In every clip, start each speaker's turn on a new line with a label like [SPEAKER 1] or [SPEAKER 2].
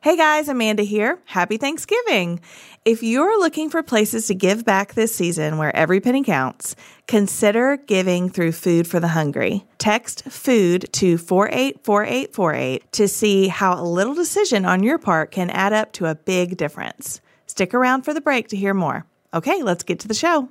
[SPEAKER 1] Hey guys, Amanda here. Happy Thanksgiving. If you're looking for places to give back this season where every penny counts, consider giving through Food for the Hungry. Text food to 484848 to see how a little decision on your part can add up to a big difference. Stick around for the break to hear more. Okay, let's get to the show.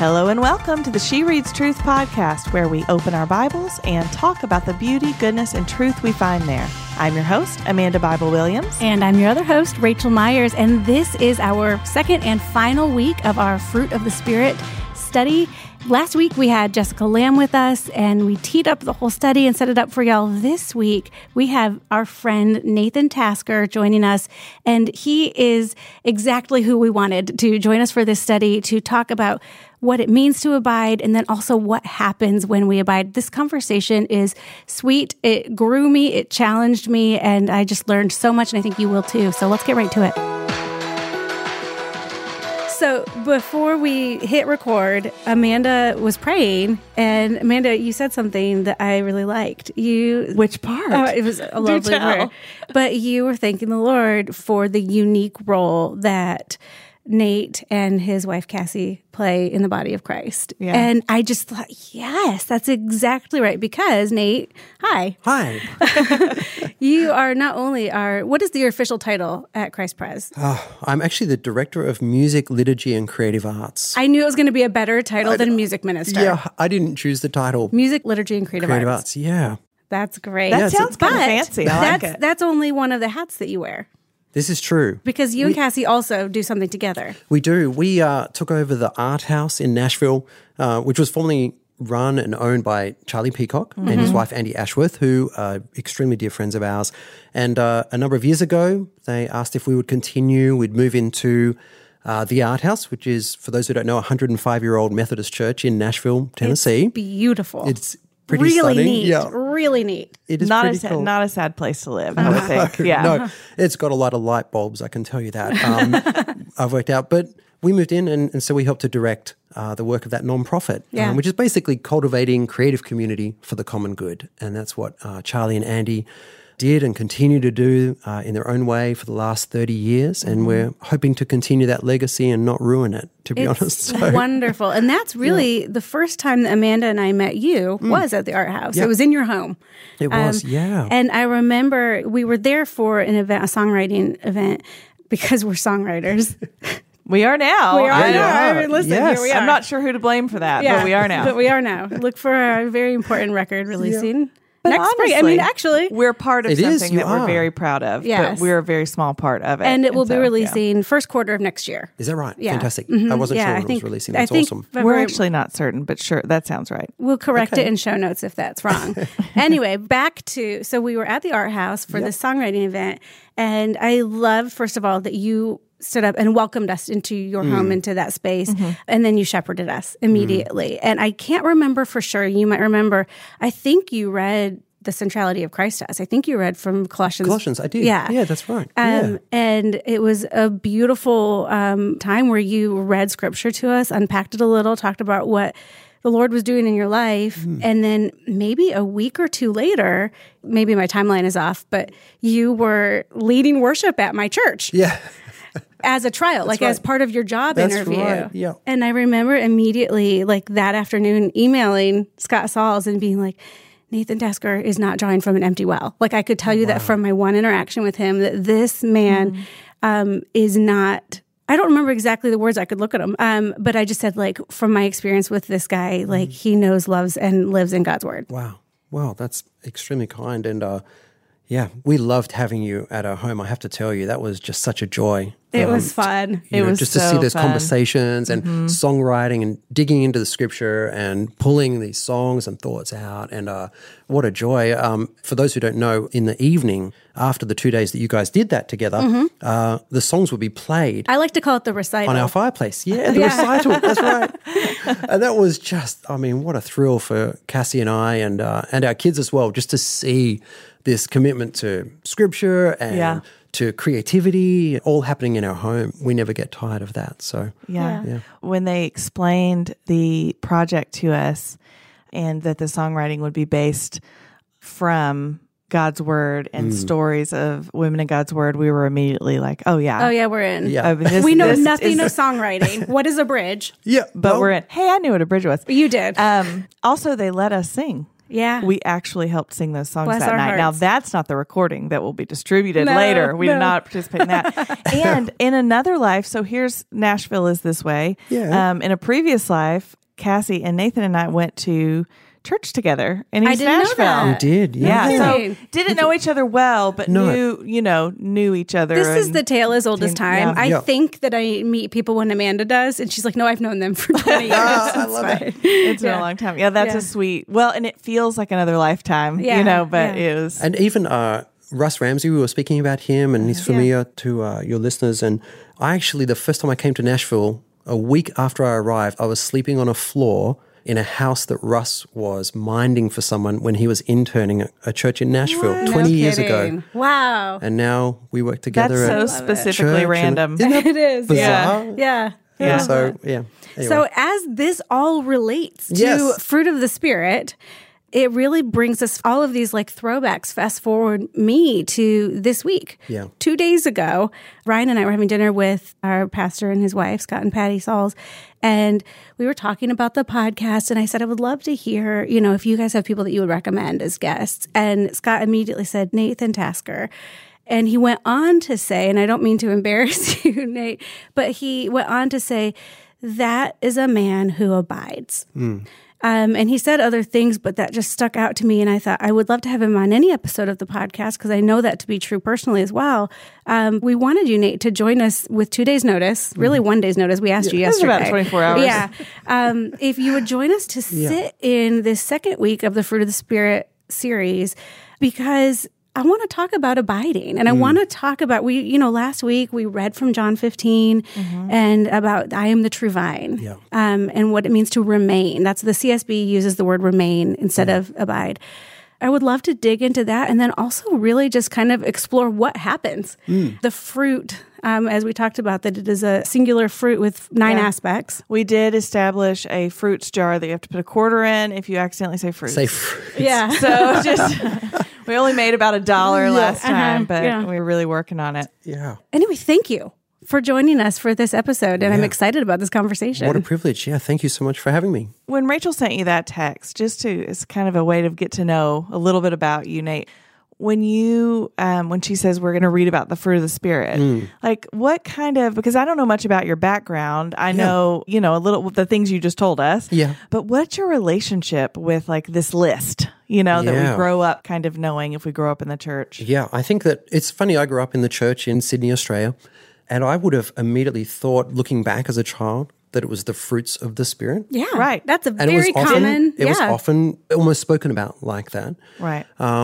[SPEAKER 1] Hello and welcome to the She Reads Truth podcast, where we open our Bibles and talk about the beauty, goodness, and truth we find there. I'm your host, Amanda Bible Williams.
[SPEAKER 2] And I'm your other host, Rachel Myers. And this is our second and final week of our Fruit of the Spirit study. Last week we had Jessica Lamb with us and we teed up the whole study and set it up for y'all. This week we have our friend Nathan Tasker joining us and he is exactly who we wanted to join us for this study to talk about what it means to abide and then also what happens when we abide. This conversation is sweet. It grew me, it challenged me, and I just learned so much and I think you will too. So let's get right to it. So before we hit record, Amanda was praying, and Amanda, you said something that I really liked. You
[SPEAKER 1] Which part?
[SPEAKER 2] Oh, it was a lovely
[SPEAKER 1] tell.
[SPEAKER 2] prayer, but you were thanking the Lord for the unique role that Nate and his wife Cassie play in the body of Christ.
[SPEAKER 1] Yeah.
[SPEAKER 2] And I just thought, yes, that's exactly right. Because Nate, hi,
[SPEAKER 3] Hi.
[SPEAKER 2] you are not only our what is your official title at Christ Pres?
[SPEAKER 3] I'm actually the director of music, liturgy, and creative arts.
[SPEAKER 2] I knew it was going to be a better title than music minister.
[SPEAKER 3] yeah, I didn't choose the title.
[SPEAKER 2] Music, liturgy, and creative,
[SPEAKER 3] creative
[SPEAKER 2] arts.
[SPEAKER 3] arts. Yeah.
[SPEAKER 2] That's great.
[SPEAKER 1] That sounds
[SPEAKER 2] But
[SPEAKER 1] kind of fancy. I like
[SPEAKER 2] That's
[SPEAKER 1] it.
[SPEAKER 2] that's only one of the hats that you wear
[SPEAKER 3] This is true.
[SPEAKER 2] because you and Cassie also do something together.
[SPEAKER 3] We do. We uh, took over the art house in Nashville, uh, which was formerly run and owned by Charlie Peacock and
[SPEAKER 2] Mm-hmm.
[SPEAKER 3] his wife Andy Ashworth, who are extremely dear friends of ours. And uh, a number of years ago, they asked if we would continue. We'd move into uh, the art house, which is, for those who don't know, a 105 year old Methodist church in Nashville, Tennessee.
[SPEAKER 2] Beautiful.
[SPEAKER 3] It's, pretty
[SPEAKER 2] really
[SPEAKER 3] stunning.
[SPEAKER 2] neat.
[SPEAKER 3] Yeah.
[SPEAKER 2] Really neat.
[SPEAKER 3] It is
[SPEAKER 1] not a
[SPEAKER 3] pretty
[SPEAKER 1] sad,
[SPEAKER 3] cool.
[SPEAKER 1] not a sad place to live, I would think. Yeah.
[SPEAKER 3] No, it's got a lot of light bulbs. I can tell you that. Um, I've worked out, but we moved in, and, and so we helped to direct uh, the work of that nonprofit,
[SPEAKER 2] Yeah.
[SPEAKER 3] um, which is basically cultivating creative community for the common good, and that's what uh, Charlie and Andy did and continue to do uh, in their own way for the last 30 years and
[SPEAKER 2] Mm-hmm.
[SPEAKER 3] we're hoping to continue that legacy and not ruin it to be honest
[SPEAKER 2] It's wonderful. And that's really the first time that Amanda and I met you was at the art house. It
[SPEAKER 3] Mm. Yeah.
[SPEAKER 2] was in your home.
[SPEAKER 3] it was
[SPEAKER 2] Um,
[SPEAKER 3] yeah
[SPEAKER 2] And I remember we were there for an event, a songwriting event, because we're songwriters.
[SPEAKER 1] We are now.
[SPEAKER 2] We are
[SPEAKER 1] I
[SPEAKER 2] now.
[SPEAKER 1] know.
[SPEAKER 2] I mean, listen,
[SPEAKER 3] Yes.
[SPEAKER 2] here we are.
[SPEAKER 1] I'm not sure who to blame for that, but we are now.
[SPEAKER 2] But we are now. Look for our very important record releasing
[SPEAKER 1] But
[SPEAKER 2] next spring. I
[SPEAKER 1] honestly,
[SPEAKER 2] mean, actually,
[SPEAKER 1] we're part of
[SPEAKER 3] It
[SPEAKER 1] something
[SPEAKER 3] is, you
[SPEAKER 1] that we're
[SPEAKER 3] are.
[SPEAKER 1] very proud of.
[SPEAKER 2] Yes.
[SPEAKER 1] But we're a very small part of it.
[SPEAKER 2] and it will be
[SPEAKER 1] so, yeah.
[SPEAKER 2] releasing first quarter of next year.
[SPEAKER 3] is that right
[SPEAKER 2] Yeah.
[SPEAKER 3] fantastic
[SPEAKER 2] Mhm.
[SPEAKER 3] i wasn't
[SPEAKER 2] Yeah,
[SPEAKER 3] sure when
[SPEAKER 2] I
[SPEAKER 3] it
[SPEAKER 2] think-
[SPEAKER 3] was releasing
[SPEAKER 2] I
[SPEAKER 3] that's
[SPEAKER 2] think
[SPEAKER 3] awesome
[SPEAKER 2] February-
[SPEAKER 1] We're actually not certain, but sure, that sounds right.
[SPEAKER 2] We'll correct it in show notes if that's wrong. anyway, back to so we were at the art house for this songwriting event, and I love first of all that you stood up and welcomed us into your
[SPEAKER 3] Mm.
[SPEAKER 2] home into that space
[SPEAKER 3] Mm-hmm.
[SPEAKER 2] and then you shepherded us immediately and i can't remember for sure you might remember i think you read the centrality of christ to us i think you read from colossians
[SPEAKER 3] Colossians, I did.
[SPEAKER 2] yeah
[SPEAKER 3] Yeah, that's right.
[SPEAKER 2] um,
[SPEAKER 3] Yeah.
[SPEAKER 2] And it was a beautiful um, time where you read scripture to us, unpacked it a little, talked about what the Lord was doing in your life. And then maybe a week or two later, maybe my timeline is off, but you were leading worship at my church
[SPEAKER 3] yeah
[SPEAKER 2] as a trial, like as part of your job
[SPEAKER 3] That's
[SPEAKER 2] interview.
[SPEAKER 3] right, yeah.
[SPEAKER 2] And I remember immediately, like that afternoon, emailing Scott Sauls and being like, Nathan Tasker is not drawing from an empty well. Like I could tell you that from my one interaction with him, that this man
[SPEAKER 3] Mm-hmm.
[SPEAKER 2] um, is not. I don't remember exactly the words. I could look at him, um, but I just said like from my experience with this guy,
[SPEAKER 3] Mm-hmm.
[SPEAKER 2] like he knows, loves, and lives in God's word.
[SPEAKER 3] Wow. Wow, that's extremely kind. And uh, yeah, we loved having you at our home. I have to tell you, that was just such a joy.
[SPEAKER 2] It
[SPEAKER 3] Um,
[SPEAKER 2] was fun.
[SPEAKER 3] you
[SPEAKER 1] It
[SPEAKER 3] know,
[SPEAKER 1] was
[SPEAKER 3] just to
[SPEAKER 1] so
[SPEAKER 3] see those
[SPEAKER 1] fun. Mm-hmm.
[SPEAKER 3] conversations and songwriting and digging into the scripture and pulling these songs and thoughts out. And uh, what a joy. Um, for those who don't know, in the evening after the two days that you guys did that together,
[SPEAKER 1] Mm-hmm.
[SPEAKER 3] uh, the songs would be played
[SPEAKER 2] I like to call it the recital.
[SPEAKER 3] on our fireplace. Yeah, the
[SPEAKER 2] Yeah.
[SPEAKER 3] recital. That's right. and that was just, I mean, what a thrill for Cassie and I and uh, and our kids as well, just to see this commitment to scripture and
[SPEAKER 1] Yeah.
[SPEAKER 3] to creativity, all happening in our home. We never get tired of that. So
[SPEAKER 1] Yeah.
[SPEAKER 3] Yeah.
[SPEAKER 1] When they explained the project to us and that the songwriting would be based from God's word
[SPEAKER 3] Mm.
[SPEAKER 1] and stories of women in God's word, we were immediately like, oh, yeah.
[SPEAKER 2] Oh yeah, we're in.
[SPEAKER 1] I mean, this-
[SPEAKER 2] We know
[SPEAKER 1] this
[SPEAKER 2] nothing
[SPEAKER 1] is-
[SPEAKER 2] of songwriting. What is a bridge?
[SPEAKER 3] Yeah,
[SPEAKER 1] but we're in. Hey, I knew what a bridge was.
[SPEAKER 2] You did.
[SPEAKER 1] Um, also, they let us sing.
[SPEAKER 2] yeah.
[SPEAKER 1] We actually helped sing those songs
[SPEAKER 2] Bless
[SPEAKER 1] that
[SPEAKER 2] our
[SPEAKER 1] night. Now,
[SPEAKER 2] hearts.
[SPEAKER 1] that's not the recording that will be distributed
[SPEAKER 2] No,
[SPEAKER 1] later. We
[SPEAKER 2] no.
[SPEAKER 1] did not participate in that. and in another life, so here's Nashville is this way.
[SPEAKER 3] Yeah.
[SPEAKER 1] Um, in a previous life, Cassie and Nathan and I went to church together in
[SPEAKER 2] I
[SPEAKER 1] East
[SPEAKER 2] didn't know
[SPEAKER 1] Nashville.
[SPEAKER 2] that.
[SPEAKER 3] we did.
[SPEAKER 1] Yeah,
[SPEAKER 3] Yeah,
[SPEAKER 1] so
[SPEAKER 2] Really?
[SPEAKER 1] didn't know each other well, but
[SPEAKER 3] No.
[SPEAKER 1] knew you know knew each other.
[SPEAKER 2] This is
[SPEAKER 1] and-
[SPEAKER 2] the tale as old as time.
[SPEAKER 1] yeah.
[SPEAKER 2] I
[SPEAKER 3] Yeah.
[SPEAKER 2] think that I meet people when Amanda does, and she's like, "No, I've known them for twenty years."
[SPEAKER 3] Ah,
[SPEAKER 2] I love
[SPEAKER 1] it's been a long time. Yeah, that's
[SPEAKER 2] Yeah.
[SPEAKER 1] a sweet. Well, and it feels like another lifetime.
[SPEAKER 2] Yeah,
[SPEAKER 1] you know, but
[SPEAKER 2] yeah.
[SPEAKER 1] it was
[SPEAKER 3] and even uh, Russ Ramsey, we were speaking about him, and he's familiar to uh, your listeners. And I actually, the first time I came to Nashville, a week after I arrived, I was sleeping on a floor in a house that Russ was minding for someone when he was interning at a church in Nashville 20 years ago.
[SPEAKER 2] Wow,
[SPEAKER 3] And now we work together.
[SPEAKER 1] that's so
[SPEAKER 3] at church
[SPEAKER 1] specifically
[SPEAKER 3] and-
[SPEAKER 1] random.
[SPEAKER 3] Isn't that
[SPEAKER 2] it is.
[SPEAKER 3] bizarre?
[SPEAKER 2] Yeah, yeah.
[SPEAKER 1] Yeah.
[SPEAKER 3] Yeah, So yeah. Anyway.
[SPEAKER 2] So as this all relates to
[SPEAKER 3] Yes.
[SPEAKER 2] fruit of the spirit, it really brings us all of these like throwbacks. Fast forward me to this week.
[SPEAKER 3] Yeah.
[SPEAKER 2] Two days ago, Ryan and I were having dinner with our pastor and his wife, Scott and Patty Sauls, and we were talking about the podcast. And I said, I would love to hear, you know, if you guys have people that you would recommend as guests. And Scott immediately said, Nathan Tasker. And he went on to say, and I don't mean to embarrass you, Nate, but he went on to say, that is a man who abides. Um, and he said other things, but that just stuck out to me. And I thought, I would love to have him on any episode of the podcast because I know that to be true personally as well. Um, we wanted you, Nate, to join us with two days' notice, really one day's notice. We asked you
[SPEAKER 1] Mm-hmm. It was
[SPEAKER 2] yesterday.
[SPEAKER 1] about 24 hours.
[SPEAKER 2] Yeah. Um, if you would join us to sit in this second week of the Fruit of the Spirit series, because I want to talk about abiding and I want to talk about we you know last week we read from John 15 and about I am the true vine um, and what it means to remain that's the CSB uses the word remain instead of abide I would love to dig into that and then also really just kind of explore what happens the fruit um, as we talked about that it is a singular fruit with nine aspects
[SPEAKER 1] We did establish a fruits jar that you have to put a quarter in if you accidentally say fruits.
[SPEAKER 3] safe.
[SPEAKER 2] yeah
[SPEAKER 1] So just we only made about a dollar last time, but
[SPEAKER 2] uh-huh, yeah.
[SPEAKER 1] we were really working on it.
[SPEAKER 3] Yeah.
[SPEAKER 2] anyway, thank you for joining us for this episode. And I'm excited about this conversation.
[SPEAKER 3] What a privilege. Yeah. Thank you so much for having me.
[SPEAKER 1] When Rachel sent you that text, just to it's kind of a way to get to know a little bit about you, Nate. When you um, when she says we're going to read about the fruit of the spirit,
[SPEAKER 3] Mm.
[SPEAKER 1] like what kind of because I don't know much about your background. I know you know a little the things you just told us.
[SPEAKER 3] Yeah.
[SPEAKER 1] But what's your relationship with like this list? You know that we
[SPEAKER 3] Yeah.
[SPEAKER 1] grow up kind of knowing if we grow up in the church.
[SPEAKER 3] Yeah, I think that it's funny. I grew up in the church in Sydney, Australia, and I would have immediately thought, looking back as a child, that it was the fruits of the spirit.
[SPEAKER 2] yeah.
[SPEAKER 1] Right.
[SPEAKER 2] That's a
[SPEAKER 3] And
[SPEAKER 2] very
[SPEAKER 3] it was often,
[SPEAKER 2] common.
[SPEAKER 3] It
[SPEAKER 2] yeah.
[SPEAKER 3] was often almost spoken about like that.
[SPEAKER 1] Right.
[SPEAKER 3] Uh,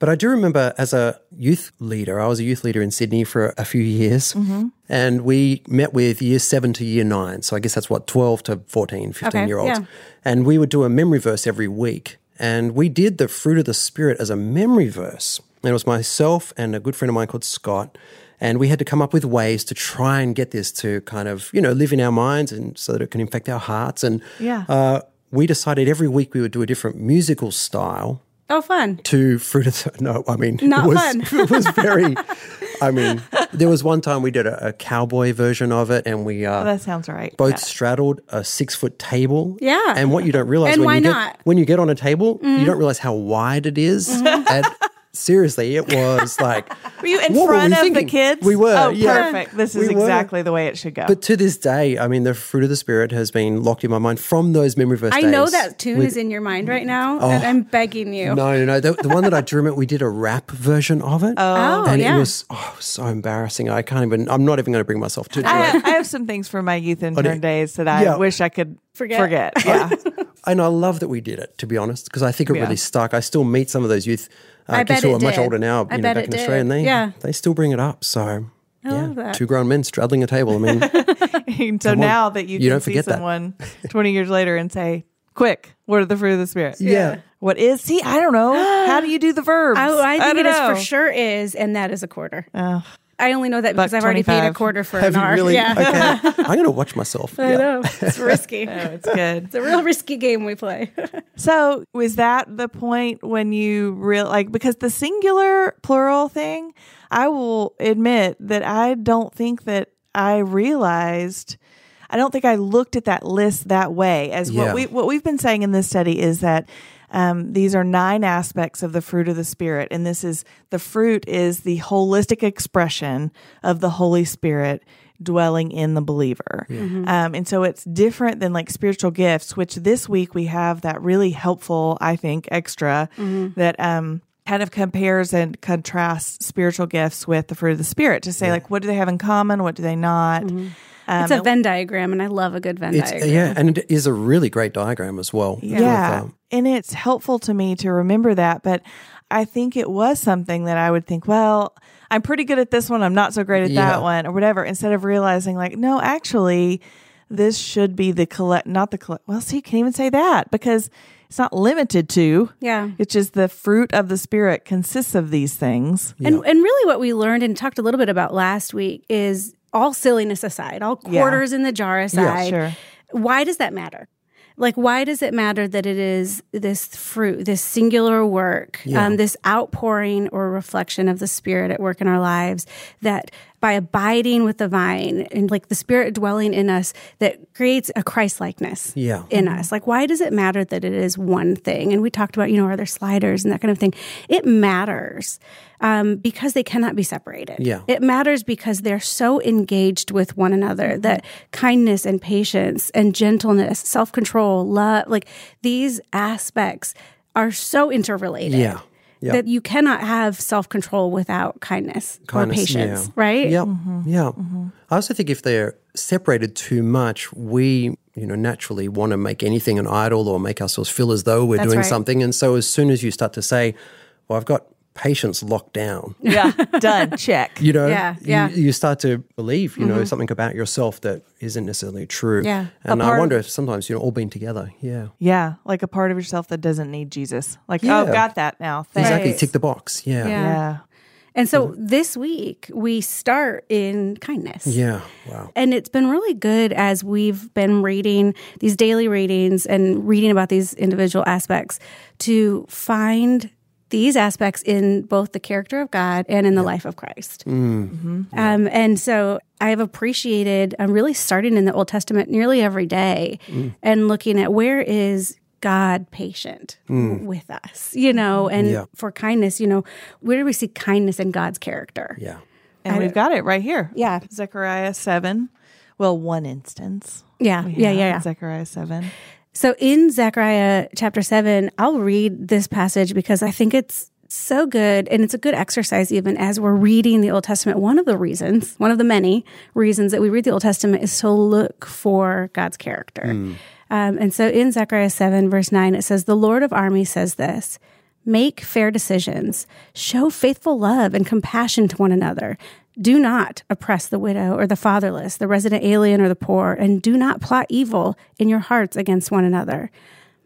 [SPEAKER 3] But I do remember as a youth leader, I was a youth leader in Sydney for a few years.
[SPEAKER 2] Mm-hmm.
[SPEAKER 3] And we met with year seven to year nine. So I guess that's what, 12 to 14, 15
[SPEAKER 2] Okay,
[SPEAKER 3] year olds.
[SPEAKER 2] yeah.
[SPEAKER 3] And we would do a memory verse every week. And we did the fruit of the spirit as a memory verse. And it was myself and a good friend of mine called Scott. And we had to come up with ways to try and get this to kind of, you know, live in our minds and so that it can infect our hearts. And
[SPEAKER 1] Yeah.
[SPEAKER 3] uh, we decided every week we would do a different musical style
[SPEAKER 2] oh, fun.
[SPEAKER 3] to fruit of the no i mean
[SPEAKER 2] Not
[SPEAKER 3] it was
[SPEAKER 2] fun.
[SPEAKER 3] it was very i mean there was one time we did a, a cowboy version of it and we uh
[SPEAKER 1] that sounds right.
[SPEAKER 3] both straddled a six foot table.
[SPEAKER 2] Yeah.
[SPEAKER 3] And what you don't realize
[SPEAKER 2] And
[SPEAKER 3] when
[SPEAKER 2] why
[SPEAKER 3] you
[SPEAKER 2] not?
[SPEAKER 3] get when you get on a table,
[SPEAKER 1] Mm-hmm.
[SPEAKER 3] you don't realize how wide it is. And seriously, it was like
[SPEAKER 1] Were you in
[SPEAKER 3] What were
[SPEAKER 1] front
[SPEAKER 3] we
[SPEAKER 1] of
[SPEAKER 3] thinking?
[SPEAKER 1] the kids?
[SPEAKER 3] We were,
[SPEAKER 1] Oh,
[SPEAKER 3] yeah.
[SPEAKER 1] perfect. This is
[SPEAKER 3] We were.
[SPEAKER 1] exactly the way it should go.
[SPEAKER 3] But to this day, I mean, the fruit of the spirit has been locked in my mind from those memory verse
[SPEAKER 2] I
[SPEAKER 3] days.
[SPEAKER 2] know that tune
[SPEAKER 3] with-
[SPEAKER 2] is in your mind right now, and I'm begging you.
[SPEAKER 3] Oh. No, no, no. The, the one that I drew, we did a rap version of it.
[SPEAKER 2] Oh,
[SPEAKER 3] and
[SPEAKER 2] yeah.
[SPEAKER 3] it was oh, it was so embarrassing. I can't even. I'm not even going to bring myself to do
[SPEAKER 1] I,
[SPEAKER 3] it.
[SPEAKER 1] have, I have some things from my youth intern days that I
[SPEAKER 3] Yeah.
[SPEAKER 1] wish I could
[SPEAKER 2] Forget.
[SPEAKER 1] forget. Yeah.
[SPEAKER 3] And I love that we did it, to be honest, because I think it really stuck. I still meet some of those youth uh,
[SPEAKER 2] I
[SPEAKER 3] kids
[SPEAKER 2] bet
[SPEAKER 3] who
[SPEAKER 2] it
[SPEAKER 3] are much
[SPEAKER 2] did.
[SPEAKER 3] older now,
[SPEAKER 2] I
[SPEAKER 3] you know,
[SPEAKER 2] bet
[SPEAKER 3] back
[SPEAKER 2] it
[SPEAKER 3] in Australia, and
[SPEAKER 2] did.
[SPEAKER 3] they
[SPEAKER 2] Yeah.
[SPEAKER 3] they still bring it up. So. yeah,
[SPEAKER 2] love that.
[SPEAKER 3] two grown men straddling a table. I mean,
[SPEAKER 1] And so
[SPEAKER 3] Come on.
[SPEAKER 1] now that you,
[SPEAKER 3] You
[SPEAKER 1] can
[SPEAKER 3] don't
[SPEAKER 1] see
[SPEAKER 3] forget that.
[SPEAKER 1] someone 20 years later and say, quick, what are the fruit of the spirit?
[SPEAKER 3] Yeah.
[SPEAKER 1] What is, see, I don't know. How do you do the verbs?
[SPEAKER 2] Oh, I, I think
[SPEAKER 1] don't
[SPEAKER 2] it is
[SPEAKER 1] know.
[SPEAKER 2] for sure is, and that is a quarter. I only know that because I've already paid
[SPEAKER 1] 25.
[SPEAKER 2] a quarter for
[SPEAKER 3] Have
[SPEAKER 2] an
[SPEAKER 3] you
[SPEAKER 2] hour.
[SPEAKER 3] really?
[SPEAKER 2] Yeah.
[SPEAKER 3] Okay. I'm going to watch myself.
[SPEAKER 2] I
[SPEAKER 3] Yeah.
[SPEAKER 2] know. It's risky.
[SPEAKER 1] It's good.
[SPEAKER 2] It's a real risky game we play.
[SPEAKER 1] So, was that the point when you real like because the singular plural thing? I will admit that I don't think that I realized. I don't think I looked at that list that way. As
[SPEAKER 3] Yeah.
[SPEAKER 1] what we what we've been saying in this study is that um, these are nine aspects of the fruit of the spirit, and this is the fruit is the holistic expression of the Holy Spirit dwelling in the believer. Um, and so it's different than like spiritual gifts, which this week we have that really helpful, I think, extra that um, kind of compares and contrasts spiritual gifts with the fruit of the spirit to say, like, what do they have in common? What do they not? Um,
[SPEAKER 2] It's a Venn diagram, and I love a good Venn
[SPEAKER 3] It's,
[SPEAKER 2] diagram.
[SPEAKER 3] yeah, and it is a really great diagram as well. It's worth,
[SPEAKER 1] Yeah.
[SPEAKER 3] um,
[SPEAKER 1] and it's helpful to me to remember that. But I think it was something that I would think, well, I'm pretty good at this one. I'm not so great at
[SPEAKER 3] Yeah.
[SPEAKER 1] that one or whatever. Instead of realizing, like, no, actually, this should be the collect, not the collect. Well, see, you can't even say that because it's not limited to.
[SPEAKER 2] Yeah.
[SPEAKER 1] It's just the fruit of the spirit consists of these things.
[SPEAKER 2] And, and really, what we learned and talked a little bit about last week is all silliness aside, all quarters in the jar aside,
[SPEAKER 1] sure.
[SPEAKER 2] why does that matter? Like, why does it matter that it is this fruit, this singular work, um, this outpouring or reflection of the Spirit at work in our lives? That by abiding with the vine and like the Spirit dwelling in us, that creates a Christ likeness
[SPEAKER 3] Yeah.
[SPEAKER 2] in us. Like, why does it matter that it is one thing? And we talked about, you know, are there sliders and that kind of thing? It matters um, because they cannot be separated.
[SPEAKER 3] Yeah.
[SPEAKER 2] It matters because they're so engaged with one another
[SPEAKER 3] Mm-hmm.
[SPEAKER 2] that kindness and patience and gentleness, self control, love, like these aspects are so interrelated.
[SPEAKER 3] Yeah. Yeah.
[SPEAKER 2] That you cannot have self control without kindness,
[SPEAKER 3] Kindness,
[SPEAKER 2] or patience,
[SPEAKER 3] yeah.
[SPEAKER 2] right? Mm-hmm.
[SPEAKER 3] Yeah. Yeah. I also think if they're separated too much, we, you know, naturally want to make anything an idol or make ourselves feel as though we're doing
[SPEAKER 2] right.
[SPEAKER 3] something. And so as soon as you start to say, well, I've got patience locked down,
[SPEAKER 1] Yeah. Done. Check.
[SPEAKER 3] you know,
[SPEAKER 2] Yeah,
[SPEAKER 3] you-
[SPEAKER 2] yeah. Mm-hmm.
[SPEAKER 3] You, start to believe, you know, something about yourself that isn't necessarily true.
[SPEAKER 2] Yeah. A
[SPEAKER 3] And I
[SPEAKER 1] part-
[SPEAKER 3] wonder if sometimes, you know, all being together. Yeah.
[SPEAKER 1] Yeah. Like a part of yourself that doesn't need Jesus. Like, oh,
[SPEAKER 3] Yeah.
[SPEAKER 1] got that now. Thanks.
[SPEAKER 3] Exactly.
[SPEAKER 2] Right.
[SPEAKER 3] Tick the box.
[SPEAKER 2] Yeah.
[SPEAKER 1] Yeah.
[SPEAKER 2] And so
[SPEAKER 3] Mm-hmm.
[SPEAKER 2] this week we start in kindness.
[SPEAKER 3] Yeah. Wow.
[SPEAKER 2] And it's been really good as we've been reading these daily readings and reading about these individual aspects to find these aspects in both the character of God and in the life of Christ.
[SPEAKER 3] Mm. Mm-hmm.
[SPEAKER 2] Um, and so I have appreciated, I'm really starting in the Old Testament nearly every day
[SPEAKER 3] Mm.
[SPEAKER 2] and looking at where is God patient with us, you know, and
[SPEAKER 3] Mm. Yeah.
[SPEAKER 2] for kindness, you know, where do we see kindness in God's character?
[SPEAKER 3] Yeah.
[SPEAKER 1] And we've got it right here.
[SPEAKER 2] Yeah.
[SPEAKER 1] Zechariah 7. Well, one instance.
[SPEAKER 2] Yeah.
[SPEAKER 1] we
[SPEAKER 2] Yeah. Yeah.
[SPEAKER 1] have
[SPEAKER 2] yeah.
[SPEAKER 1] in Zechariah 7.
[SPEAKER 2] So in Zechariah chapter 7, I'll read this passage because I think it's so good and it's a good exercise even as we're reading the Old Testament. One of the reasons, one of the many reasons that we read the Old Testament is to look for God's character. Um, and so in Zechariah 7, verse 9, it says, The Lord of armies says this. Make fair decisions. Show faithful love and compassion to one another. Do not oppress the widow or the fatherless, the resident alien or the poor, and do not plot evil in your hearts against one another.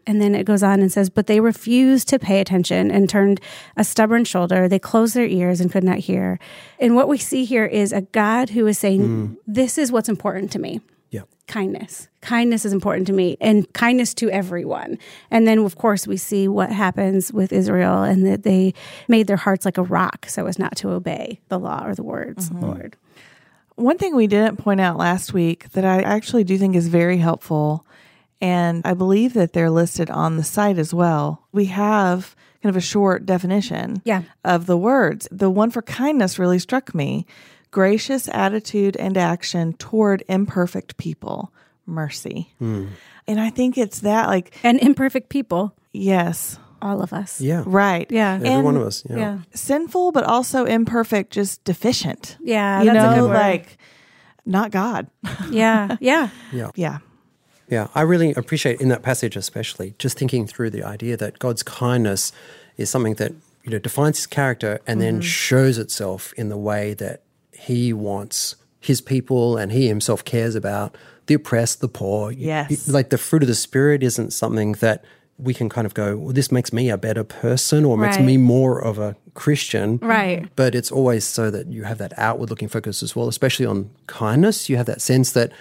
[SPEAKER 2] And then it goes on and says, But they refused to pay attention and turned a stubborn shoulder. They closed their ears and could not hear. And what we see here is a God who is saying, This is what's important to me
[SPEAKER 3] Yeah.
[SPEAKER 2] kindness. Kindness is important to me and kindness to everyone. And then, of course, we see what happens with Israel and that they made their hearts like a rock so as not to obey the law or the words, of the Lord.
[SPEAKER 1] One thing we didn't point out last week that I actually do think is very helpful, and I believe that they're listed on the site as well. We have kind of a short definition
[SPEAKER 2] Yeah.
[SPEAKER 1] of the words. The one for kindness really struck me gracious attitude and action toward imperfect people, mercy.
[SPEAKER 3] Hmm.
[SPEAKER 1] And I think it's that, like,
[SPEAKER 2] And imperfect people,
[SPEAKER 1] yes,
[SPEAKER 2] all of us.
[SPEAKER 3] Yeah.
[SPEAKER 1] right.
[SPEAKER 2] Yeah.
[SPEAKER 3] Every
[SPEAKER 1] And-
[SPEAKER 3] one of us.
[SPEAKER 2] Yeah.
[SPEAKER 1] sinful but also imperfect just deficient
[SPEAKER 2] Yeah.
[SPEAKER 1] you
[SPEAKER 2] that's a
[SPEAKER 1] know
[SPEAKER 2] good word.
[SPEAKER 1] like not god
[SPEAKER 2] yeah. Yeah.
[SPEAKER 1] yeah
[SPEAKER 3] Yeah, I really appreciate in that passage, especially just thinking through the idea that God's kindness is something that you know defines His character and then shows itself in the way that He wants His people and He Himself cares about the oppressed, the poor. You-
[SPEAKER 1] Yes.
[SPEAKER 3] like the fruit of the Spirit isn't something that we can kind of go, well, this makes me a better person or makes
[SPEAKER 2] Right.
[SPEAKER 3] me more of a Christian.
[SPEAKER 2] Right.
[SPEAKER 3] But it's always so that you have that outward looking focus as well, especially on kindness. You have that sense that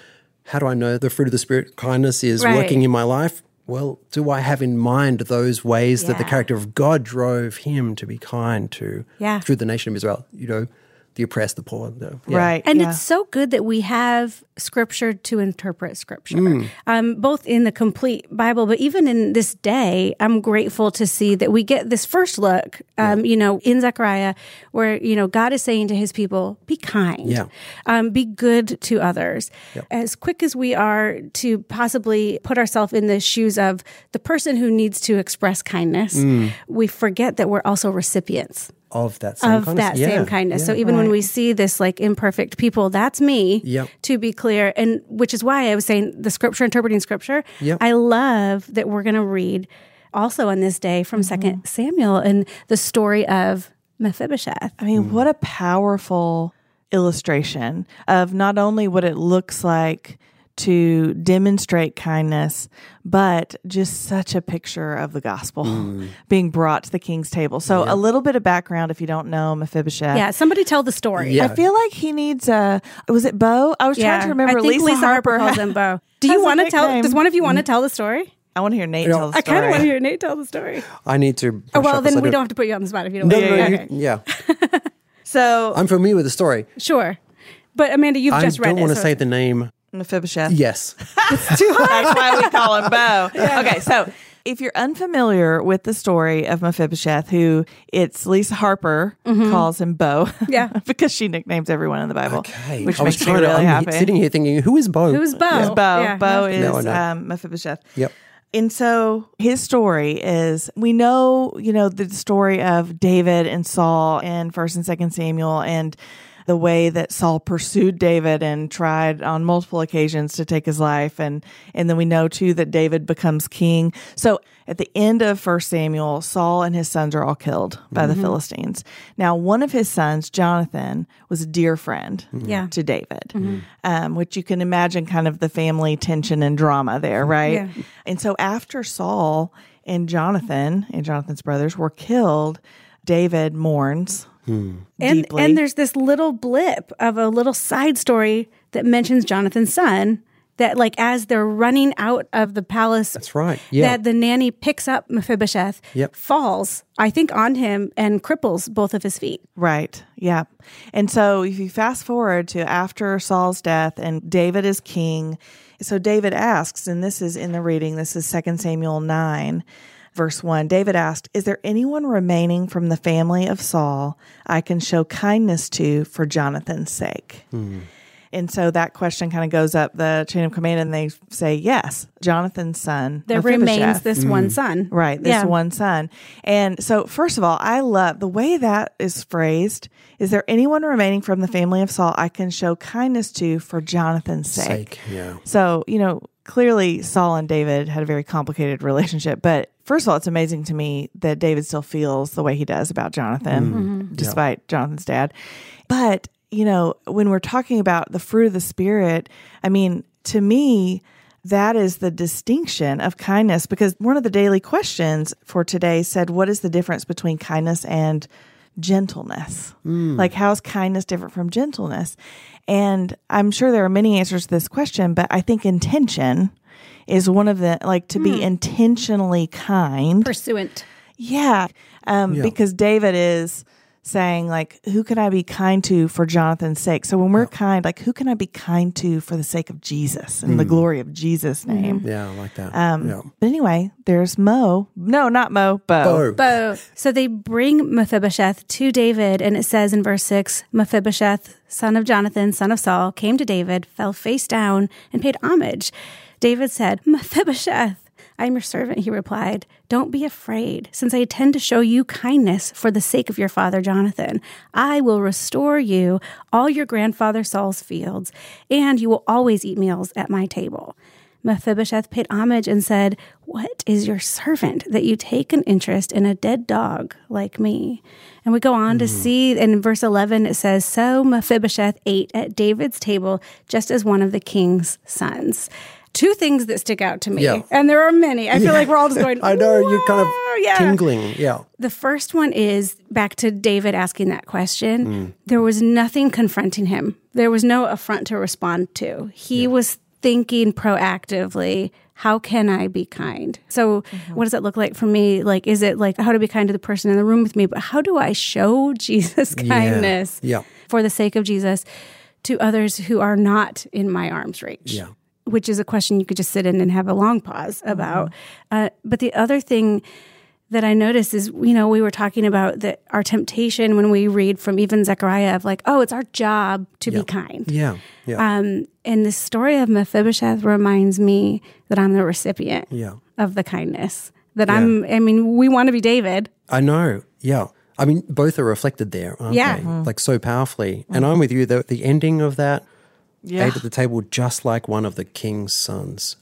[SPEAKER 3] how do I know the fruit of the Spirit, kindness, is
[SPEAKER 2] Right.
[SPEAKER 3] working in my life? Well, do I have in mind those ways that the
[SPEAKER 2] Yeah.
[SPEAKER 3] character of God drove him to be kind to
[SPEAKER 2] Yeah.
[SPEAKER 3] through the nation of Israel? You know, the oppressed, the poor, the yeah.
[SPEAKER 1] Right.
[SPEAKER 2] And
[SPEAKER 1] yeah.
[SPEAKER 2] it's so good that we have scripture to interpret scripture,
[SPEAKER 1] Mm.
[SPEAKER 2] um, both in the complete Bible, but even in this day, I'm grateful to see that we get this first look, um, you know, in Zechariah, where, you know, God is saying to his people, be kind,
[SPEAKER 3] Yeah.
[SPEAKER 2] um, be good to others. As quick as we are to possibly put ourselves in the shoes of the person who needs to express kindness,
[SPEAKER 1] Mm.
[SPEAKER 2] we forget that we're also recipients
[SPEAKER 3] Of that same
[SPEAKER 2] of
[SPEAKER 3] kindness.
[SPEAKER 2] that
[SPEAKER 3] Yeah.
[SPEAKER 2] same kindness. So
[SPEAKER 3] Yeah.
[SPEAKER 2] even when we see this like imperfect people, that's me.
[SPEAKER 3] Yep.
[SPEAKER 2] To be clear, and which is why I was saying the scripture interpreting scripture.
[SPEAKER 3] Yep.
[SPEAKER 2] I love that we're going to read also on this day from Second Samuel and the story of Mephibosheth.
[SPEAKER 1] I mean, what a powerful illustration of not only what it looks like to demonstrate kindness, but just such a picture of the gospel
[SPEAKER 3] Mm.
[SPEAKER 1] being brought to the king's table. So, a little bit of background if you don't know Mephibosheth.
[SPEAKER 2] Yeah. Somebody tell the story.
[SPEAKER 3] Yeah.
[SPEAKER 1] I feel like he needs a. Was it Bo? I was
[SPEAKER 2] Yeah.
[SPEAKER 1] trying to remember.
[SPEAKER 2] I think
[SPEAKER 1] Lisa, Harper.
[SPEAKER 2] calls
[SPEAKER 1] had-
[SPEAKER 2] him Bo. Do you
[SPEAKER 1] has a
[SPEAKER 2] want to tell?
[SPEAKER 1] nickname.
[SPEAKER 2] Does one of you want
[SPEAKER 3] Mm-hmm.
[SPEAKER 2] to tell the story?
[SPEAKER 1] I want to hear Nate
[SPEAKER 3] know,
[SPEAKER 1] tell the
[SPEAKER 2] I
[SPEAKER 1] story.
[SPEAKER 2] kind of want to hear Nate tell the story.
[SPEAKER 3] I need to. brush
[SPEAKER 2] Oh, well,
[SPEAKER 3] up as I
[SPEAKER 2] then we
[SPEAKER 3] do.
[SPEAKER 2] don't have to put you on the spot if you don't.
[SPEAKER 3] No,
[SPEAKER 2] want
[SPEAKER 3] no,
[SPEAKER 2] to.
[SPEAKER 3] no,
[SPEAKER 2] Okay.
[SPEAKER 3] you- yeah.
[SPEAKER 1] so,
[SPEAKER 3] I'm familiar with the story.
[SPEAKER 2] Sure. But Amanda, you've
[SPEAKER 3] I
[SPEAKER 2] just read
[SPEAKER 3] don't
[SPEAKER 2] it.
[SPEAKER 3] want to
[SPEAKER 2] so-
[SPEAKER 3] say the name.
[SPEAKER 1] Mephibosheth.
[SPEAKER 3] Yes.
[SPEAKER 1] That's why we call him Bo. Okay, so if you're unfamiliar with the story of Mephibosheth, who it's Lisa Harper calls him Bo,
[SPEAKER 2] Mm-hmm. Yeah.
[SPEAKER 1] because she nicknames everyone in the Bible,
[SPEAKER 3] Okay.
[SPEAKER 1] which
[SPEAKER 3] I was
[SPEAKER 1] makes me
[SPEAKER 3] trying
[SPEAKER 1] really
[SPEAKER 3] to. I'm
[SPEAKER 1] happy.
[SPEAKER 3] sitting here thinking, who is Bo?
[SPEAKER 2] Who's Bo?
[SPEAKER 1] It's Bo.
[SPEAKER 2] Yeah.
[SPEAKER 1] Bo
[SPEAKER 3] Now I
[SPEAKER 1] is
[SPEAKER 3] know.
[SPEAKER 1] um, Mephibosheth.
[SPEAKER 3] Yep.
[SPEAKER 1] And so his story is we know, you know, the story of David and Saul and first and second Samuel and the way that Saul pursued David and tried on multiple occasions to take his life and and then we know too that David becomes king. So at the end of first Samuel, Saul and his sons are all killed by the Philistines. Now one of his sons, Jonathan, was a dear friend
[SPEAKER 2] Yeah. Mm-hmm.
[SPEAKER 1] to David, um, which you can imagine kind of the family tension and drama there, right?
[SPEAKER 2] Yeah.
[SPEAKER 1] And so after Saul and Jonathan and Jonathan's brothers were killed, David mourns.
[SPEAKER 2] and
[SPEAKER 1] deeply.
[SPEAKER 2] and there's this little blip of a little side story that mentions Jonathan's son that like as they're running out of the palace
[SPEAKER 3] That's right. Yeah.
[SPEAKER 2] that the nanny picks up Mephibosheth
[SPEAKER 3] Yep.
[SPEAKER 2] falls I think on him and cripples both of his feet
[SPEAKER 1] Right. Yeah. And so if you fast forward to after Saul's death and David is king, so David asks, and this is in the reading, this is 2 Samuel 9, verse 1. David asked, Is there anyone remaining from the family of Saul I can show kindness to for Jonathan's sake? And so that question kind of goes up the chain of command, and they say, Yes, Jonathan's son.
[SPEAKER 2] there
[SPEAKER 1] Mephibosheth." Mm.
[SPEAKER 2] remains this one son
[SPEAKER 1] Right, this
[SPEAKER 2] Yeah.
[SPEAKER 1] one son. And so, first of all, I love the way that is phrased. Is there anyone remaining from the family of Saul I can show kindness to for Jonathan's sake?
[SPEAKER 3] Sake. Yeah.
[SPEAKER 1] So, you know, clearly Saul and David had a very complicated relationship. But first of all, it's amazing to me that David still feels the way he does about Jonathan, despite Jonathan's dad. But, you know, when we're talking about the fruit of the Spirit, I mean, to me, that is the distinction of kindness because one of the daily questions for today said, What is the difference between kindness and gentleness? Like, how is kindness different from gentleness? And I'm sure there are many answers to this question, but I think intention is one of the, like, to be intentionally kind.
[SPEAKER 2] pursuant
[SPEAKER 1] Yeah. Um, Because David is saying, like, who can I be kind to for Jonathan's sake? So when we're kind, like, who can I be kind to for the sake of Jesus and the glory of Jesus' name?
[SPEAKER 3] Yeah. I like that.
[SPEAKER 1] Um,
[SPEAKER 3] Mm. yeah.
[SPEAKER 1] But anyway, there's Mo. No, not Mo, Bo.
[SPEAKER 3] Bo.
[SPEAKER 2] Bo. So they bring Mephibosheth to David, and it says in verse 6 Mephibosheth, son of Jonathan, son of Saul, came to David, fell face down, and paid homage. David said, Mephibosheth, I am your servant, he replied. Don't be afraid, since I intend to show you kindness for the sake of your father Jonathan. I will restore you all your grandfather Saul's fields, and you will always eat meals at my table. Mephibosheth paid homage and said, What is your servant that you take an interest in a dead dog like me? And we go on
[SPEAKER 3] Mm.
[SPEAKER 2] to see in verse 11, it says, So Mephibosheth ate at David's table just as one of the king's sons. two things that stick out to me,
[SPEAKER 3] Yeah.
[SPEAKER 2] and there are many. I feel like we're all just going.
[SPEAKER 3] I know you're kind of
[SPEAKER 2] "Wow, yeah.
[SPEAKER 3] tingling. Yeah.
[SPEAKER 2] The first one is back to David asking that question. There was nothing confronting him. There was no affront to respond to. He was thinking proactively, how can I be kind? So, what does it look like for me? Like, is it like how to be kind to the person in the room with me, but how do I show Jesus kindness
[SPEAKER 3] Yeah.
[SPEAKER 2] for the sake of Jesus to others who are not in my arm's reach?
[SPEAKER 3] Yeah. Mm-hmm.
[SPEAKER 2] Which is a question you could just sit in and have a long pause about. Uh, but the other thing that I noticed is, you know, we were talking about that our temptation when we read from even Zechariah of like, oh, it's our job to be kind.
[SPEAKER 3] Yeah. Yeah.
[SPEAKER 2] Um, and the story of Mephibosheth reminds me that I'm the recipient
[SPEAKER 3] yeah.
[SPEAKER 2] of the kindness. That I'm, I mean, we want to be David.
[SPEAKER 3] I know. Yeah. I mean, both are reflected there, aren't
[SPEAKER 2] Yeah.
[SPEAKER 3] they?
[SPEAKER 1] Mm-hmm.
[SPEAKER 3] Like so powerfully. And I'm with you. The, the ending of that
[SPEAKER 1] Yeah.
[SPEAKER 3] ate at the table just like one of the king's sons.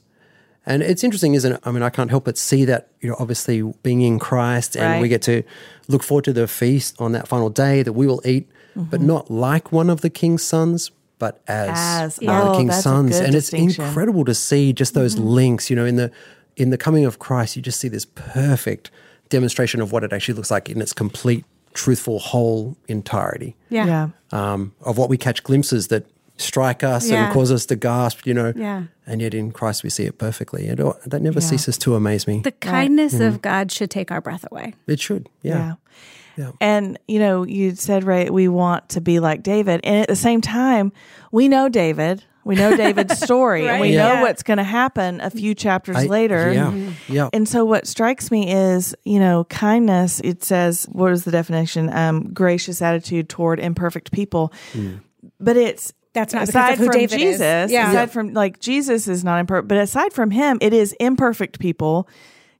[SPEAKER 3] And it's interesting, isn't it? I mean, I can't help but see that, you know, obviously being in Christ and
[SPEAKER 1] Right.
[SPEAKER 3] we get to look forward to the feast on that final day that we will eat,
[SPEAKER 1] Mm-hmm.
[SPEAKER 3] but not like one of the king's sons, but as,
[SPEAKER 1] As.
[SPEAKER 3] one of
[SPEAKER 1] Oh,
[SPEAKER 3] the king's
[SPEAKER 1] that's a
[SPEAKER 3] sons.
[SPEAKER 1] good
[SPEAKER 3] And it's
[SPEAKER 1] distinction.
[SPEAKER 3] incredible to see just those
[SPEAKER 2] Mm-hmm.
[SPEAKER 3] links, you know, in the in the coming of Christ, you just see this perfect demonstration of what it actually looks like in its complete, truthful, whole entirety
[SPEAKER 2] Yeah.
[SPEAKER 1] yeah.
[SPEAKER 3] um, of what we catch glimpses that strike us
[SPEAKER 2] Yeah.
[SPEAKER 3] and cause us to gasp, you know.
[SPEAKER 2] Yeah.
[SPEAKER 3] And yet in Christ we see it perfectly. And oh, that never ceases to amaze me.
[SPEAKER 2] The kindness
[SPEAKER 3] Mm-hmm.
[SPEAKER 2] of God should take our breath away.
[SPEAKER 3] it should. Yeah.
[SPEAKER 1] Yeah. And, you know, you said, Ray, we want to be like David. And at the same time, we know David. We know David's story and we
[SPEAKER 2] Right.
[SPEAKER 1] know
[SPEAKER 2] Yeah.
[SPEAKER 1] what's going to happen a few chapters
[SPEAKER 3] I-
[SPEAKER 1] later.
[SPEAKER 3] Yeah.
[SPEAKER 2] Mm-hmm.
[SPEAKER 3] Yeah.
[SPEAKER 1] And so what strikes me is, you know, kindness, it says, what is the definition? Um, gracious attitude toward imperfect people. But it's
[SPEAKER 2] That's not because
[SPEAKER 1] aside
[SPEAKER 2] of who
[SPEAKER 1] from
[SPEAKER 2] David is.
[SPEAKER 1] Jesus.
[SPEAKER 2] Yeah.
[SPEAKER 1] Aside from like Jesus is not imperfect, but aside from him, it is imperfect people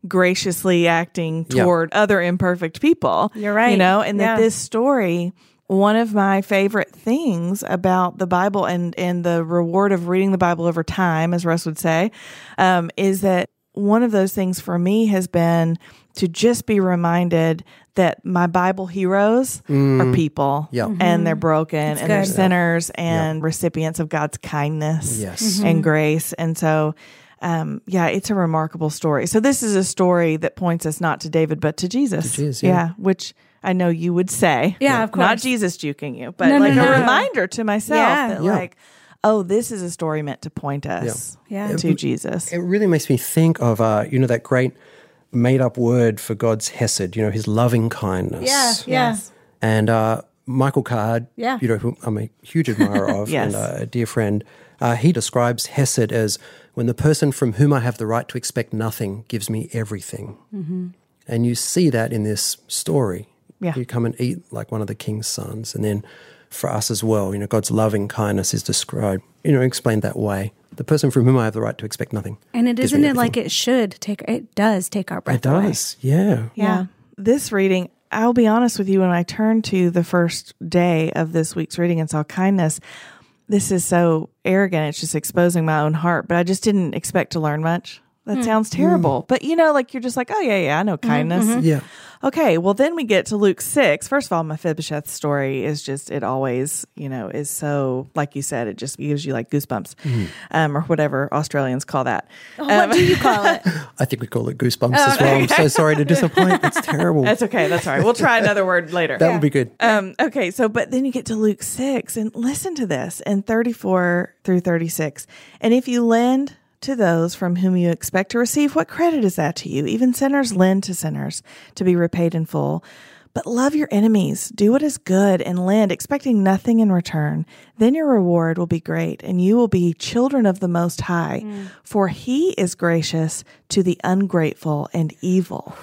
[SPEAKER 1] graciously acting
[SPEAKER 3] Yeah.
[SPEAKER 1] toward other imperfect people.
[SPEAKER 2] You're right.
[SPEAKER 1] You know, and that
[SPEAKER 2] Yeah.
[SPEAKER 1] this story one of my favorite things about the Bible and and the reward of reading the Bible over time, as Russ would say, um, is that one of those things for me has been to just be reminded that my Bible heroes
[SPEAKER 2] Mm.
[SPEAKER 1] are people,
[SPEAKER 3] Yeah.
[SPEAKER 1] and they're broken and they're
[SPEAKER 2] Mm-hmm. good.
[SPEAKER 1] sinners and recipients of God's kindness
[SPEAKER 3] Yes.
[SPEAKER 2] Mm-hmm.
[SPEAKER 1] and grace. And so, um, yeah, it's a remarkable story. So this is a story that points us not to David, but to Jesus.
[SPEAKER 3] Jesus, yeah.
[SPEAKER 1] which I know you would say.
[SPEAKER 2] Yeah, of
[SPEAKER 1] Not
[SPEAKER 2] course.
[SPEAKER 1] Jesus juking you, but
[SPEAKER 2] No, no,
[SPEAKER 1] like
[SPEAKER 2] no,
[SPEAKER 1] a
[SPEAKER 2] no.
[SPEAKER 1] reminder to myself
[SPEAKER 2] Yeah.
[SPEAKER 1] that
[SPEAKER 3] Yeah.
[SPEAKER 1] like, oh, this is a story meant to point us
[SPEAKER 2] Yeah. Yeah.
[SPEAKER 1] to Jesus.
[SPEAKER 3] It really makes me think of, uh, you know, that great made up word for God's Hesed, you know, his loving kindness.
[SPEAKER 2] Yeah.
[SPEAKER 3] And uh, Michael Card,
[SPEAKER 2] Yeah.
[SPEAKER 3] you know, who I'm a huge admirer of
[SPEAKER 1] Yes.
[SPEAKER 3] and uh, a dear friend, uh, he describes Hesed as when the person from whom I have the right to expect nothing gives me everything. And you see that in this story.
[SPEAKER 1] Mm-hmm. Yeah.
[SPEAKER 3] You come and eat like one of the king's sons. And then for us as well, you know, God's loving kindness is described, you know, explained that way. The person from whom I have the right to expect nothing.
[SPEAKER 2] And it
[SPEAKER 3] gives me
[SPEAKER 2] isn't it
[SPEAKER 3] everything.
[SPEAKER 2] like it should take it does take our breath
[SPEAKER 3] It does. Yeah.
[SPEAKER 2] Yeah.
[SPEAKER 1] This reading, I'll be honest with you, when I turned to the first day of this week's reading and saw kindness, this is so arrogant. It's just exposing my own heart, but I just didn't expect to learn much. That
[SPEAKER 2] Hmm.
[SPEAKER 1] sounds terrible. But you know, like you're just like, oh, yeah, yeah, I know
[SPEAKER 2] Mm-hmm,
[SPEAKER 1] kindness.
[SPEAKER 3] Hmm. Yeah.
[SPEAKER 1] Okay, well, then we get to Luke 6. First of all, Mephibosheth's story is just, it always, you know, is so, like you said, it just gives you like goosebumps
[SPEAKER 3] Mm-hmm.
[SPEAKER 1] um, or whatever Australians call that. Um,
[SPEAKER 2] away. Oh, what do you call it?
[SPEAKER 3] I think we call it goosebumps as well. I'm so sorry to disappoint. That's terrible.
[SPEAKER 1] Oh, That's okay. That's all right. We'll try another word later.
[SPEAKER 3] that would be good.
[SPEAKER 1] Um, okay, so but then you get to Luke 6 and listen to this in 34 through 36. And if you lend to those from whom you expect to receive, what credit is that to you? Even sinners lend to sinners to be repaid in full. But love your enemies, do what is good, and lend, expecting nothing in return. Then your reward will be great, and you will be children of the Most High, for He is gracious to the ungrateful and evil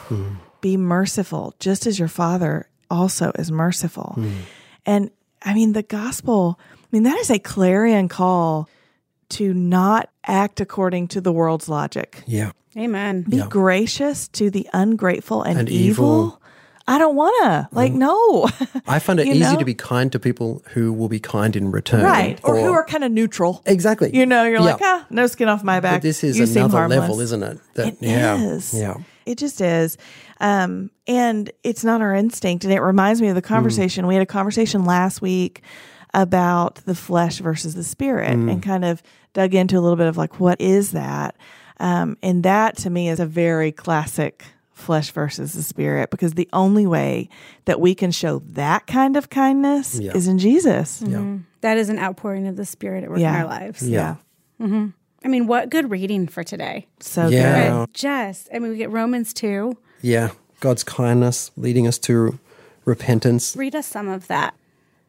[SPEAKER 1] be merciful, just as your Father also is merciful.
[SPEAKER 3] Hmm.
[SPEAKER 1] And I mean, the gospel, I mean, that is a clarion call to not act according to the world's logic.
[SPEAKER 3] yeah.
[SPEAKER 2] Amen.
[SPEAKER 1] Be gracious to the ungrateful and,
[SPEAKER 3] And
[SPEAKER 1] evil.
[SPEAKER 3] evil. Hmm.
[SPEAKER 1] I don't want to. Like, no.
[SPEAKER 3] I find it
[SPEAKER 1] You
[SPEAKER 3] easy
[SPEAKER 1] know?
[SPEAKER 3] to be kind to people who will be kind in return.
[SPEAKER 1] right. Or, who are kind of neutral.
[SPEAKER 3] Exactly.
[SPEAKER 1] You know, you're
[SPEAKER 3] Yeah.
[SPEAKER 1] like, ah, no skin off my back.
[SPEAKER 3] But this is
[SPEAKER 1] you seem
[SPEAKER 3] another
[SPEAKER 1] harmless.
[SPEAKER 3] level, isn't it? That,
[SPEAKER 1] It is.
[SPEAKER 3] Yeah.
[SPEAKER 1] It just is. Um,
[SPEAKER 3] Mm.
[SPEAKER 1] and it's not our instinct. And it reminds me of the conversation. We had a conversation last week about the flesh versus the spirit
[SPEAKER 3] Mm.
[SPEAKER 1] and kind of dug into a little bit of like, what is that? Um, and that to me is a very classic flesh versus the spirit because the only way that we can show that kind of kindness
[SPEAKER 3] Yeah.
[SPEAKER 1] is in Jesus. Yeah.
[SPEAKER 2] That is an outpouring of the Spirit at work in
[SPEAKER 1] Yeah.
[SPEAKER 2] our lives.
[SPEAKER 3] Yeah.
[SPEAKER 2] I mean, what good reading for today.
[SPEAKER 1] So
[SPEAKER 3] Yeah.
[SPEAKER 1] good.
[SPEAKER 3] Oh.
[SPEAKER 2] But just, I mean, we get Romans 2.
[SPEAKER 3] Yeah. God's kindness leading us to repentance.
[SPEAKER 2] Read us some of that.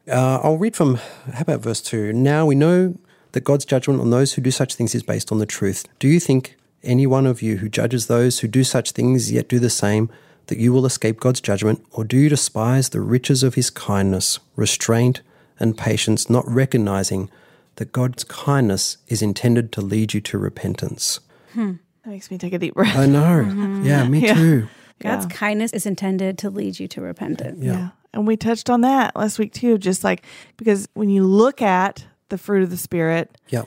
[SPEAKER 3] Uh, I'll read from, how about verse 2? Now we know that God's judgment on those who do such things is based on the truth. Do you think any one of you who judges those who do such things yet do the same, that you will escape God's judgment? Or do you despise the riches of his kindness, restraint, and patience, not recognizing that God's kindness is intended to lead you to repentance?
[SPEAKER 1] That makes me take a deep breath.
[SPEAKER 3] I know. Yeah, me too.
[SPEAKER 2] God's kindness is intended to lead you to repentance.
[SPEAKER 1] Yeah. And we touched on that last week too, just like because when you look at the fruit of the spirit
[SPEAKER 3] Yeah.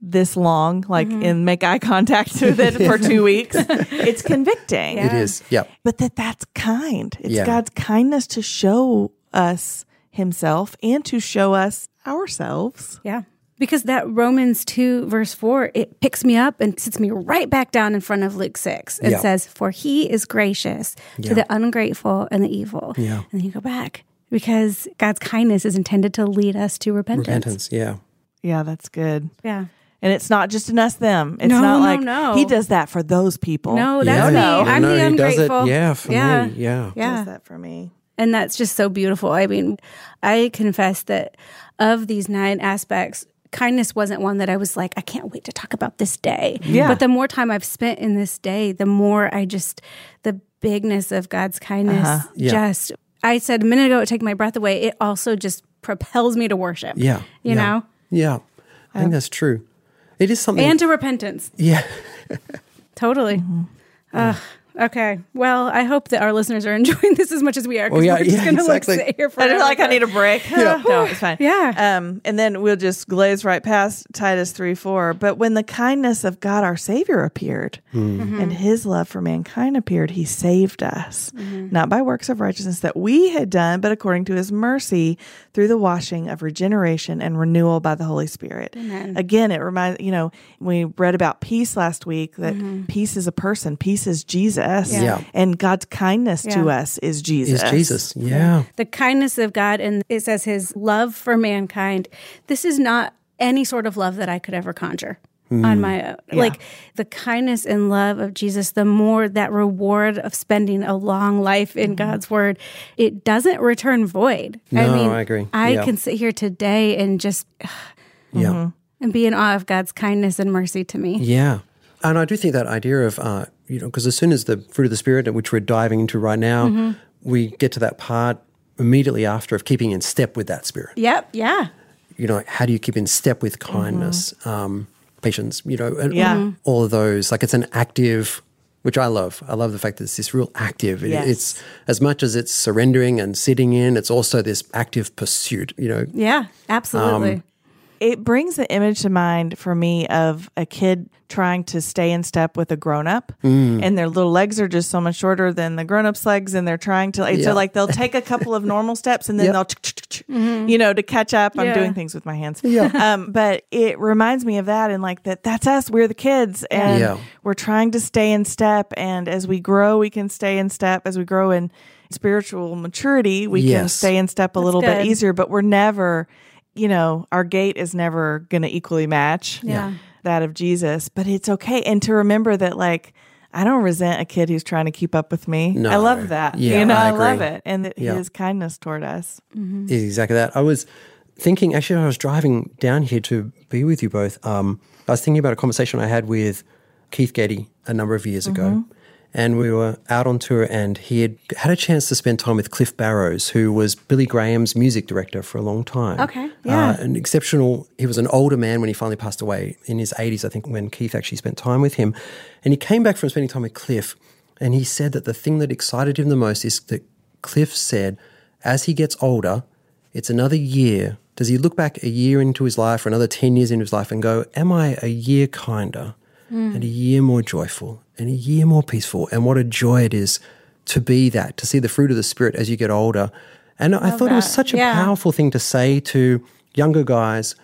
[SPEAKER 1] this long, like
[SPEAKER 2] Mm-hmm.
[SPEAKER 1] and make eye contact with it for two weeks, it's convicting.
[SPEAKER 3] It is. Yeah.
[SPEAKER 1] But that that's kind. It's
[SPEAKER 3] Yeah.
[SPEAKER 1] God's kindness to show us himself and to show us ourselves.
[SPEAKER 2] Yeah. Because that Romans 2, verse 4, it picks me up and sits me right back down in front of Luke 6. It
[SPEAKER 3] Yeah.
[SPEAKER 2] says, For he is gracious to the ungrateful and the evil.
[SPEAKER 3] Yeah.
[SPEAKER 2] And then you go back because God's kindness is intended to lead us to repentance.
[SPEAKER 3] Repentance. Yeah.
[SPEAKER 1] Yeah, that's good.
[SPEAKER 2] Yeah.
[SPEAKER 1] And it's not just an us them. It's
[SPEAKER 2] No,
[SPEAKER 1] not
[SPEAKER 2] no,
[SPEAKER 1] like
[SPEAKER 2] no.
[SPEAKER 1] he does that for those people.
[SPEAKER 2] No, that's
[SPEAKER 3] yeah.
[SPEAKER 2] me. I'm
[SPEAKER 3] No,
[SPEAKER 2] the
[SPEAKER 3] he does it.
[SPEAKER 2] ungrateful.
[SPEAKER 3] Yeah, for
[SPEAKER 2] yeah.
[SPEAKER 3] me. Yeah.
[SPEAKER 1] He
[SPEAKER 2] Yeah.
[SPEAKER 1] does that for me.
[SPEAKER 2] And that's just so beautiful. I mean, I confess that of these nine aspects, kindness wasn't one that I was like, I can't wait to talk about this day.
[SPEAKER 1] Yeah.
[SPEAKER 2] But the more time I've spent in this day, the more I just, the bigness of God's kindness
[SPEAKER 3] Yeah.
[SPEAKER 2] just, I said a minute ago, it took my breath away. It also just propels me to worship.
[SPEAKER 3] Yeah.
[SPEAKER 2] You
[SPEAKER 3] yeah,
[SPEAKER 2] know?
[SPEAKER 3] Yeah. I think that's true. It is something.
[SPEAKER 2] And to repentance.
[SPEAKER 3] yeah.
[SPEAKER 2] Totally.
[SPEAKER 1] Mm-hmm.
[SPEAKER 2] Ugh. Okay. Well, I hope that our listeners are enjoying this as much as we are because
[SPEAKER 3] Well, yeah,
[SPEAKER 2] we're just
[SPEAKER 3] yeah,
[SPEAKER 2] going to
[SPEAKER 3] exactly.
[SPEAKER 2] like sit here
[SPEAKER 1] I
[SPEAKER 2] forever.
[SPEAKER 1] just like I need a break.
[SPEAKER 3] Yeah.
[SPEAKER 1] no, it's fine.
[SPEAKER 2] Yeah.
[SPEAKER 1] Um, and then we'll just glaze right past Titus three four. But when the kindness of God our Savior appeared,
[SPEAKER 3] Mm-hmm.
[SPEAKER 2] Mm-hmm.
[SPEAKER 1] and His love for mankind appeared, He saved us,
[SPEAKER 2] Mm-hmm.
[SPEAKER 1] not by works of righteousness that we had done, but according to His mercy through the washing of regeneration and renewal by the Holy Spirit. Again, it reminds you know we read about peace last week that
[SPEAKER 2] Mm-hmm.
[SPEAKER 1] peace is a person, peace is Jesus,
[SPEAKER 3] Yeah. Yeah.
[SPEAKER 1] and God's kindness to
[SPEAKER 2] Yeah.
[SPEAKER 1] us is
[SPEAKER 3] Is Jesus. Yeah.
[SPEAKER 2] the kindness of God and it says his love for mankind. This is not any sort of love that I could ever conjure
[SPEAKER 3] Hmm.
[SPEAKER 2] on my own. Like the kindness and love of Jesus, the more that reward of spending a long life in
[SPEAKER 1] Mm-hmm.
[SPEAKER 2] God's word, it doesn't return void.
[SPEAKER 3] No, I agree.
[SPEAKER 2] I
[SPEAKER 3] Yeah.
[SPEAKER 2] can sit here today and just
[SPEAKER 3] Yeah.
[SPEAKER 2] and be in awe of God's kindness and mercy to me.
[SPEAKER 3] Yeah. And I do think that idea of, uh, you know, because as soon as the fruit of the Spirit, which we're diving into right now, we get to that part immediately after of keeping in step with that Spirit.
[SPEAKER 2] Yep. Yeah.
[SPEAKER 3] you know, how do you keep in step with kindness, um, patience, you know, and Mm-hmm.
[SPEAKER 1] Yeah. Mhm.
[SPEAKER 3] all of those. Like it's an active, which I love. I love the fact that it's this real active. It-
[SPEAKER 1] Yes.
[SPEAKER 3] It's as much as it's surrendering and sitting in, it's also this active pursuit, you know.
[SPEAKER 2] Yeah. Absolutely.
[SPEAKER 3] Um,
[SPEAKER 1] it brings the image to mind for me of a kid trying to stay in step with a grown up
[SPEAKER 3] Mm.
[SPEAKER 1] and their little legs are just so much shorter than the grown up's legs and they're trying to and
[SPEAKER 3] Yeah.
[SPEAKER 1] so like they'll take a couple of normal steps and then
[SPEAKER 3] Yep.
[SPEAKER 1] they'll you know to catch up I'm
[SPEAKER 2] Mm-hmm. Yeah.
[SPEAKER 1] doing things with my hands um but it reminds me of that and like that that's us we're the kids and
[SPEAKER 3] Yeah.
[SPEAKER 1] we're trying to stay in step and as we grow we can stay in step as we grow in spiritual maturity we can
[SPEAKER 3] Yes.
[SPEAKER 1] stay in step a little bit
[SPEAKER 2] good.
[SPEAKER 1] easier but we're never you know our gait is never going to equally match
[SPEAKER 2] Yeah.
[SPEAKER 1] that of jesus but it's okay and to remember that like i don't resent a kid who's trying to keep up with me i
[SPEAKER 3] No.
[SPEAKER 1] love that
[SPEAKER 3] Yeah,
[SPEAKER 1] you know i,
[SPEAKER 3] I
[SPEAKER 1] love
[SPEAKER 3] agree.
[SPEAKER 1] it and that
[SPEAKER 3] Yeah.
[SPEAKER 1] his kindness toward us
[SPEAKER 3] Exactly that. I was thinking, actually, I was driving down here to be with you both. Um, I was thinking about a conversation I had with Keith Getty a number of years ago. And we were out on tour, and he had had a chance to spend time with Cliff Barrows, who was Billy Graham's music director for a long time.
[SPEAKER 2] Okay,
[SPEAKER 1] yeah.
[SPEAKER 3] Uh, an exceptional, he was an older man when he finally passed away in his 80s, I think, when Keith actually spent time with him. And he came back from spending time with Cliff, and he said that the thing that excited him the most is that Cliff said, as he gets older, it's another year. Does he look back a year into his life or another 10 years into his life and go, Am I a year kinder
[SPEAKER 2] Hmm.
[SPEAKER 3] and a year more joyful and a year more peaceful? And what a joy it is to be that, to see the fruit of the Spirit as you get older. And I thought it was
[SPEAKER 2] that.
[SPEAKER 3] such a
[SPEAKER 2] Yeah.
[SPEAKER 3] powerful thing to say to younger guys,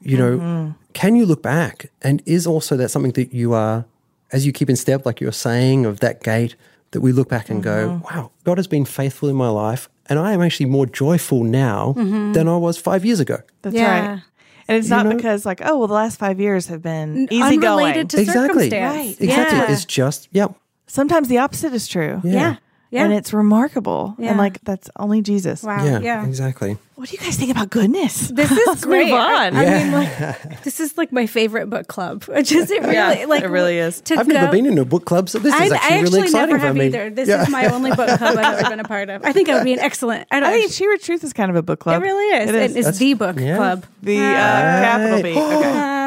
[SPEAKER 3] you know,
[SPEAKER 2] Mm-hmm.
[SPEAKER 3] can you look back? And is also that something that you are, as you keep in step, like you're saying, of that gate, that we look back and
[SPEAKER 2] Mm-hmm.
[SPEAKER 3] go, wow, God has been faithful in my life. And I am actually more joyful now
[SPEAKER 2] Mm-hmm.
[SPEAKER 3] than I was five years ago.
[SPEAKER 1] That's
[SPEAKER 2] Yeah.
[SPEAKER 1] right. And it's not
[SPEAKER 3] know-
[SPEAKER 1] because like, oh well the last five years have been easy going.
[SPEAKER 2] Unrelated to
[SPEAKER 3] exactly.
[SPEAKER 2] circumstance.
[SPEAKER 1] Right.
[SPEAKER 3] Exactly.
[SPEAKER 2] Yeah.
[SPEAKER 3] It's just, yeah.
[SPEAKER 1] Sometimes the opposite is true.
[SPEAKER 3] Yeah.
[SPEAKER 2] yeah. Yeah.
[SPEAKER 1] And it's remarkable.
[SPEAKER 2] Yeah.
[SPEAKER 1] And like that's only Jesus.
[SPEAKER 2] wow.
[SPEAKER 3] Yeah,
[SPEAKER 2] Yeah.
[SPEAKER 3] exactly.
[SPEAKER 1] What do you guys think about goodness?
[SPEAKER 2] This is
[SPEAKER 1] Let's
[SPEAKER 2] great.
[SPEAKER 1] move on.
[SPEAKER 2] I, I mean, like, this is like my favorite book club. It just it really
[SPEAKER 1] Yeah,
[SPEAKER 2] like
[SPEAKER 1] it really is.
[SPEAKER 2] to
[SPEAKER 3] I've never
[SPEAKER 2] go-
[SPEAKER 3] been in a book club, so this
[SPEAKER 2] I,
[SPEAKER 3] is
[SPEAKER 2] I
[SPEAKER 3] actually,
[SPEAKER 2] actually
[SPEAKER 3] really exciting
[SPEAKER 2] never
[SPEAKER 3] for
[SPEAKER 2] have
[SPEAKER 3] me.
[SPEAKER 2] either. This
[SPEAKER 3] Yeah.
[SPEAKER 2] is my only book club I've ever been a part of. I think I would be an excellent. I don't.
[SPEAKER 1] I think
[SPEAKER 2] actually-
[SPEAKER 1] sheer truth is kind of a book
[SPEAKER 2] it
[SPEAKER 1] club.
[SPEAKER 2] really is.
[SPEAKER 1] It
[SPEAKER 2] It
[SPEAKER 1] is.
[SPEAKER 2] is.
[SPEAKER 3] That's-
[SPEAKER 2] the book
[SPEAKER 3] yeah.
[SPEAKER 2] club.
[SPEAKER 1] The uh, capital B.
[SPEAKER 3] Oh,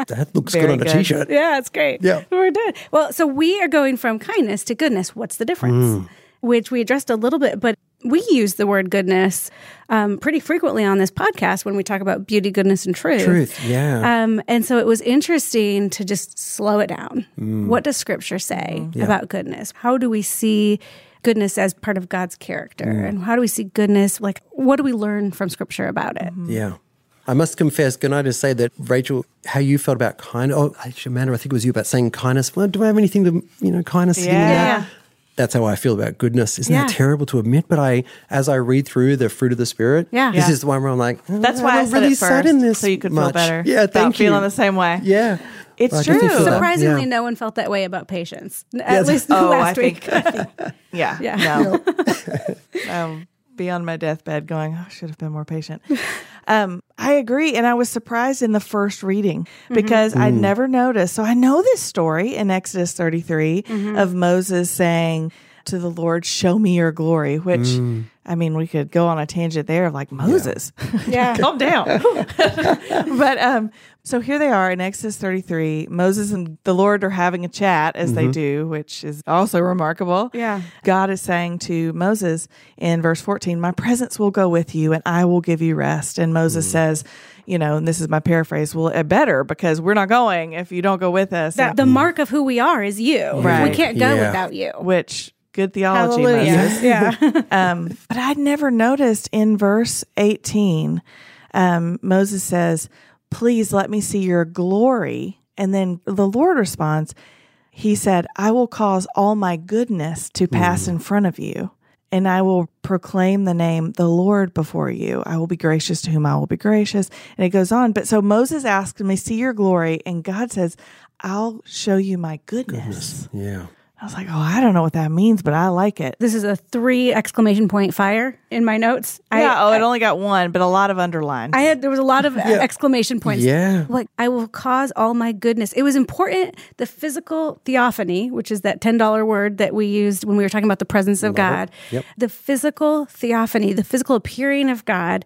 [SPEAKER 1] Okay.
[SPEAKER 3] that looks
[SPEAKER 1] Very
[SPEAKER 3] good on a
[SPEAKER 1] good.
[SPEAKER 3] shirt
[SPEAKER 2] Yeah, it's great.
[SPEAKER 3] Yeah.
[SPEAKER 2] We're done. Well, so we are going from kindness to goodness. What's the difference?
[SPEAKER 3] Mm.
[SPEAKER 2] Which we addressed a little bit, but we use the word goodness um, pretty frequently on this podcast when we talk about beauty, goodness, and truth.
[SPEAKER 3] Truth, yeah.
[SPEAKER 2] Um, and so it was interesting to just slow it down.
[SPEAKER 3] Mm.
[SPEAKER 2] What does scripture say about goodness? How do we see goodness as part of God's character?
[SPEAKER 3] Mm.
[SPEAKER 2] And how do we see goodness? Like, what do we learn from scripture about it?
[SPEAKER 3] Yeah. I must confess, can I just say that, Rachel, how you felt about kindness? Oh, actually, Amanda, I think it was you about saying kindness. Well, do I have anything to, you know, kindness sitting
[SPEAKER 1] Yeah.
[SPEAKER 3] there?
[SPEAKER 2] Yeah.
[SPEAKER 3] That's how I feel about goodness. Isn't that
[SPEAKER 2] Yeah.
[SPEAKER 3] terrible to admit? But I, as I read through the fruit of the spirit,
[SPEAKER 2] Yeah.
[SPEAKER 3] this
[SPEAKER 2] Yeah.
[SPEAKER 3] is the one where I'm like, oh,
[SPEAKER 1] That's why I
[SPEAKER 3] don't
[SPEAKER 1] said
[SPEAKER 3] really
[SPEAKER 1] it
[SPEAKER 3] sat
[SPEAKER 1] first,
[SPEAKER 3] in this
[SPEAKER 1] so you could feel
[SPEAKER 3] much.
[SPEAKER 1] better.
[SPEAKER 3] Yeah,
[SPEAKER 1] about
[SPEAKER 3] thank you.
[SPEAKER 1] Feeling the same way.
[SPEAKER 3] Yeah,
[SPEAKER 1] It's
[SPEAKER 3] I definitely
[SPEAKER 1] true.
[SPEAKER 3] feel that. Yeah.
[SPEAKER 2] Surprisingly, no one felt that way about patience, n- at
[SPEAKER 3] Yes.
[SPEAKER 2] least
[SPEAKER 1] Oh,
[SPEAKER 2] last
[SPEAKER 1] I
[SPEAKER 2] week.
[SPEAKER 1] think. I think yeah.
[SPEAKER 2] Yeah.
[SPEAKER 1] No. um, be on my deathbed, going, oh, I should have been more patient. Um, I agree, and I was surprised in the first reading
[SPEAKER 2] Mm-hmm.
[SPEAKER 1] because I never noticed. So I know this story in Exodus 33
[SPEAKER 2] Mm-hmm.
[SPEAKER 1] of Moses saying to the Lord, "Show me your glory," which. I mean, we could go on a tangent there of like Moses.
[SPEAKER 2] Yeah.
[SPEAKER 1] Calm down. but um, so here they are in Exodus 33. Moses and the Lord are having a chat as they do, which is also remarkable.
[SPEAKER 2] Yeah.
[SPEAKER 1] God is saying to Moses in verse 14, My presence will go with you and I will give you rest. And Moses says, You know, and this is my paraphrase, well, it better because we're not going if you don't go with us.
[SPEAKER 2] That the mark of who we are is you.
[SPEAKER 1] Right.
[SPEAKER 2] We can't go
[SPEAKER 3] Mm. Yeah.
[SPEAKER 2] without you.
[SPEAKER 1] which, good theology, Moses.
[SPEAKER 2] Hallelujah. Yeah.
[SPEAKER 1] Um, but I'd never noticed in verse 18, um, Moses says, Please let me see your glory. And then the Lord responds, He said, I will cause all my goodness to pass in front of you, and I will proclaim the name the Lord before you. I will be gracious to whom I will be gracious. And it goes on. But so Moses asked me, See your glory. And God says, I'll show you my goodness.
[SPEAKER 3] yeah.
[SPEAKER 1] I was like, Oh, I don't know what that means, but I like it.
[SPEAKER 2] This is a three exclamation point fire in my notes.
[SPEAKER 1] yeah. Oh, it only got one, but a lot of underline.
[SPEAKER 2] I had there was a lot of exclamation points.
[SPEAKER 3] Yeah.
[SPEAKER 2] Like I will cause all my goodness. It was important the physical theophany, which is that $10 word that we used when we were talking about the presence of God. The physical theophany, the physical appearing of God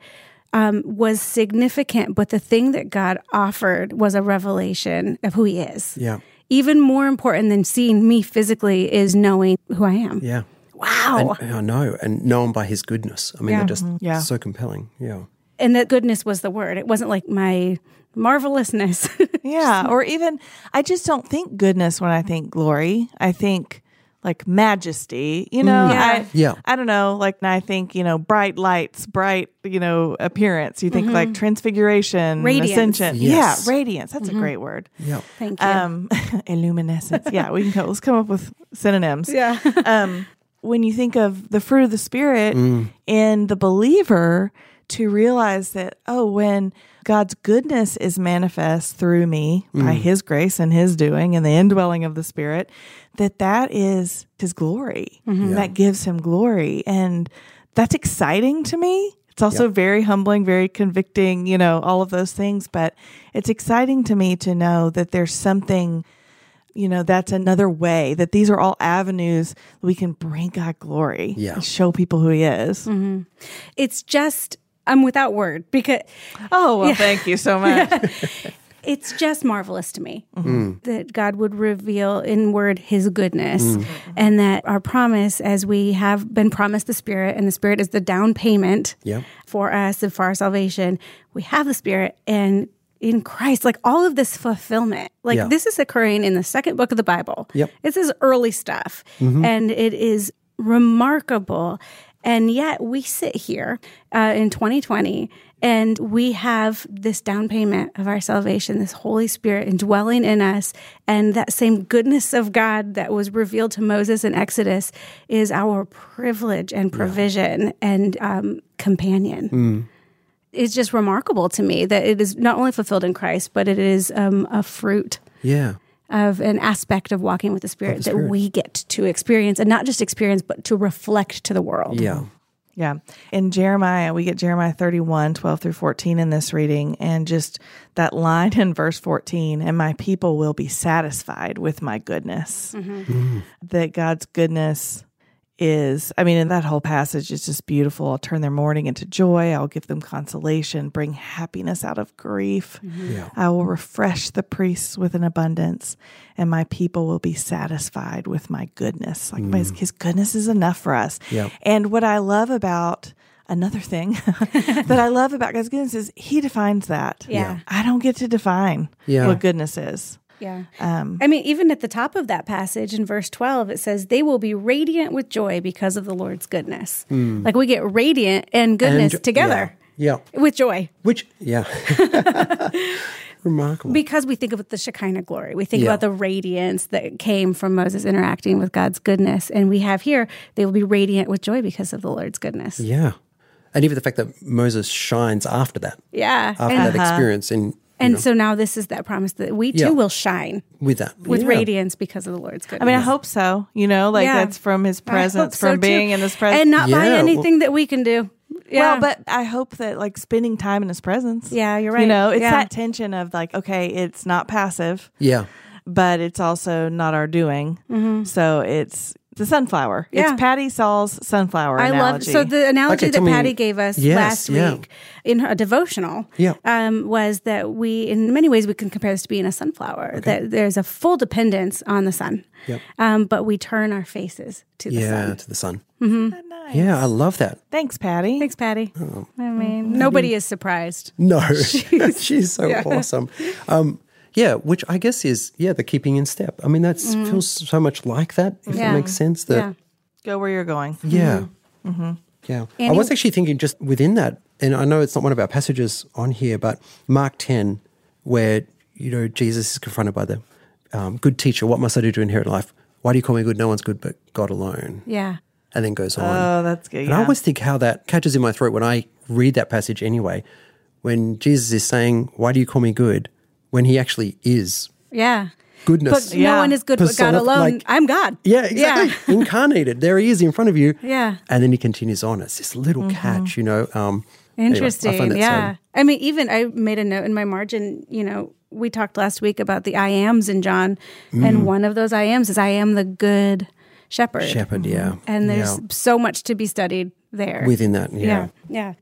[SPEAKER 2] um, was significant, but the thing that God offered was a revelation of who he is.
[SPEAKER 3] Yeah.
[SPEAKER 2] Even more important than seeing me physically is knowing who I am.
[SPEAKER 3] Yeah.
[SPEAKER 2] Wow.
[SPEAKER 3] And, I know, and known by his goodness. I mean,
[SPEAKER 2] Yeah.
[SPEAKER 3] they're just
[SPEAKER 1] Yeah.
[SPEAKER 3] so compelling. Yeah.
[SPEAKER 2] and that goodness was the word. It wasn't like my marvelousness.
[SPEAKER 1] yeah. Or even, I just don't think goodness when I think glory. I think like majesty, you know?
[SPEAKER 2] Mm, Yeah.
[SPEAKER 1] I,
[SPEAKER 3] Yeah.
[SPEAKER 1] I don't know. Like, and I think, you know, bright lights, bright, you know, appearance. You think like transfiguration,
[SPEAKER 2] Mm-hmm. Radiance. Mm-hmm.
[SPEAKER 1] ascension.
[SPEAKER 3] Yes.
[SPEAKER 1] Yeah. Radiance. That's a great word.
[SPEAKER 3] Yeah.
[SPEAKER 2] Thank you.
[SPEAKER 3] Uh,
[SPEAKER 1] Um, illuminescence. Yeah. We can go, let's come up with synonyms.
[SPEAKER 2] yeah.
[SPEAKER 1] um, when you think of the fruit of the spirit in the believer to realize that oh when god's goodness is manifest through me by his grace and his doing and the indwelling of the spirit that that is his glory that gives him glory and that's exciting to me it's also very humbling very convicting you know all of those things but it's exciting to me to know that there's something you know that's another way that these are all avenues we can bring god glory
[SPEAKER 3] Yeah.
[SPEAKER 1] and show people who he is
[SPEAKER 2] It's just I'm without word because
[SPEAKER 1] oh well thank you so much
[SPEAKER 2] it's just marvelous to me
[SPEAKER 3] Mm-hmm. Mm.
[SPEAKER 2] that God would reveal in word his goodness
[SPEAKER 3] Mm.
[SPEAKER 2] and that our promise as we have been promised the spirit and the spirit is the down payment
[SPEAKER 3] Yeah.
[SPEAKER 2] for us and for our salvation. We have the Spirit and in Christ, like all of this fulfillment, like
[SPEAKER 3] Yeah.
[SPEAKER 2] this is occurring in the second book of the Bible.
[SPEAKER 3] Yep. Mm-hmm.
[SPEAKER 2] This is early stuff and it is remarkable. And yet we sit here uh, in 2020 And we have this down payment of our salvation, this Holy Spirit indwelling in us. And that same goodness of God that was revealed to Moses in Exodus is our privilege and provision and um, companion. It's just remarkable to me that it is not only fulfilled in Christ, but it is um, a fruit
[SPEAKER 3] Yeah.
[SPEAKER 2] of an aspect of walking with the Spirit, that we get to experience and not just experience, but to reflect to the world.
[SPEAKER 3] Yeah.
[SPEAKER 1] Yeah. In Jeremiah, we get Jeremiah 31, 12 through 14 in this reading, and just that line in verse 14, and my people will be satisfied with my goodness. That God's goodness is, I mean, in that whole passage is just beautiful. I'll turn their mourning into joy. I'll give them consolation, bring happiness out of grief.
[SPEAKER 3] Yeah.
[SPEAKER 1] I will refresh the priests with an abundance, and my people will be satisfied with my goodness. Like my, his goodness is enough for us.
[SPEAKER 3] Mm. Yep.
[SPEAKER 1] And what I love about another thing that I love about God's goodness is he defines that.
[SPEAKER 2] Yeah.
[SPEAKER 1] I don't get to define
[SPEAKER 3] Yeah.
[SPEAKER 1] what goodness is.
[SPEAKER 2] Yeah.
[SPEAKER 1] Um,
[SPEAKER 2] I mean, even at the top of that passage in verse 12, it says, They will be radiant with joy because of the Lord's goodness. Like we get radiant and goodness
[SPEAKER 3] Hmm. And-
[SPEAKER 2] together
[SPEAKER 3] Yeah. yeah.
[SPEAKER 2] with joy
[SPEAKER 3] Which, yeah. Remarkable.
[SPEAKER 2] because we think of the Shekinah glory. We think
[SPEAKER 3] Yeah.
[SPEAKER 2] about the radiance that came from Moses interacting with God's goodness. And we have here, they will be radiant with joy because of the Lord's goodness.
[SPEAKER 3] yeah. And even the fact that Moses shines after that,
[SPEAKER 2] Yeah.
[SPEAKER 3] after
[SPEAKER 2] And,
[SPEAKER 3] that experience in
[SPEAKER 2] Uh-huh. and so now this is that promise that we too
[SPEAKER 3] Yeah.
[SPEAKER 2] will shine
[SPEAKER 3] with that.
[SPEAKER 2] with
[SPEAKER 3] Yeah.
[SPEAKER 2] radiance because of the Lord's goodness.
[SPEAKER 1] I mean, I hope so. You know, like
[SPEAKER 2] Yeah.
[SPEAKER 1] that's from his
[SPEAKER 2] I hope
[SPEAKER 1] presence,
[SPEAKER 2] so,
[SPEAKER 1] from
[SPEAKER 2] too.
[SPEAKER 1] being in his presence.
[SPEAKER 2] And not by
[SPEAKER 3] Yeah, well-
[SPEAKER 2] anything that we can do. Yeah.
[SPEAKER 1] Well, but I hope that like spending time in his presence.
[SPEAKER 2] Yeah, you're right.
[SPEAKER 1] You know, it's
[SPEAKER 2] Yeah.
[SPEAKER 1] that tension of like, okay, it's not passive.
[SPEAKER 3] Yeah.
[SPEAKER 1] but it's also not our doing. So it's the sunflower.
[SPEAKER 2] Mm-hmm. Yeah.
[SPEAKER 1] It's Patty Saul's sunflower.
[SPEAKER 2] I love
[SPEAKER 1] analogy.
[SPEAKER 2] so the analogy
[SPEAKER 3] Okay,
[SPEAKER 2] that
[SPEAKER 3] tell me-
[SPEAKER 2] Patty gave us
[SPEAKER 3] Yes,
[SPEAKER 2] last
[SPEAKER 3] yeah.
[SPEAKER 2] week in her devotional
[SPEAKER 3] Yeah.
[SPEAKER 2] um, was that we, in many ways, we can compare this to being a sunflower. That there's a full dependence on the sun,
[SPEAKER 3] Yep.
[SPEAKER 2] um, but we turn our faces to the
[SPEAKER 3] Yeah.
[SPEAKER 2] sun.
[SPEAKER 3] To the sun.
[SPEAKER 1] Isn't that nice?
[SPEAKER 3] Yeah. I love that.
[SPEAKER 1] Thanks, Patty.
[SPEAKER 2] Thanks, Patty.
[SPEAKER 3] Oh.
[SPEAKER 2] I mean, nobody is surprised.
[SPEAKER 3] No, she's, so awesome. Um, yeah, which I guess is yeah the keeping in step. I mean, that feels so much like that. If
[SPEAKER 2] Mm. Yeah.
[SPEAKER 3] that makes sense. That
[SPEAKER 1] Go where you're going.
[SPEAKER 3] yeah, yeah. I was actually thinking just within that, and I know it's not one of our passages on here, but Mark ten, where you know Jesus is confronted by the um, good teacher. What must I do to inherit life? Why do you call me good? No one's good but God alone.
[SPEAKER 2] yeah,
[SPEAKER 3] And then goes on.
[SPEAKER 1] Oh, that's good.
[SPEAKER 3] And I
[SPEAKER 1] yeah.
[SPEAKER 3] always think how that catches in my throat when I read that passage anyway, when Jesus is saying, Why do you call me good? when he actually is
[SPEAKER 2] yeah.
[SPEAKER 3] goodness.
[SPEAKER 2] But no one is good but God
[SPEAKER 3] Persona-
[SPEAKER 2] alone.
[SPEAKER 3] like-
[SPEAKER 2] I'm God.
[SPEAKER 3] yeah, exactly. Incarnated. There he is in front of you.
[SPEAKER 2] Yeah.
[SPEAKER 3] And then he continues on. It's this little
[SPEAKER 1] Mm-hmm.
[SPEAKER 3] catch, you know. Um, anyway, I
[SPEAKER 2] Interesting.
[SPEAKER 3] find that so-
[SPEAKER 2] yeah. I mean, even I made a note in my margin, you know, we talked last week about the I ams in John,
[SPEAKER 3] Mm.
[SPEAKER 2] and one of those I ams is I am the good shepherd.
[SPEAKER 3] shepherd, yeah.
[SPEAKER 1] Mm-hmm.
[SPEAKER 2] And there's
[SPEAKER 3] Yeah.
[SPEAKER 2] so much to be studied there.
[SPEAKER 3] within that, yeah.
[SPEAKER 2] yeah. Yeah.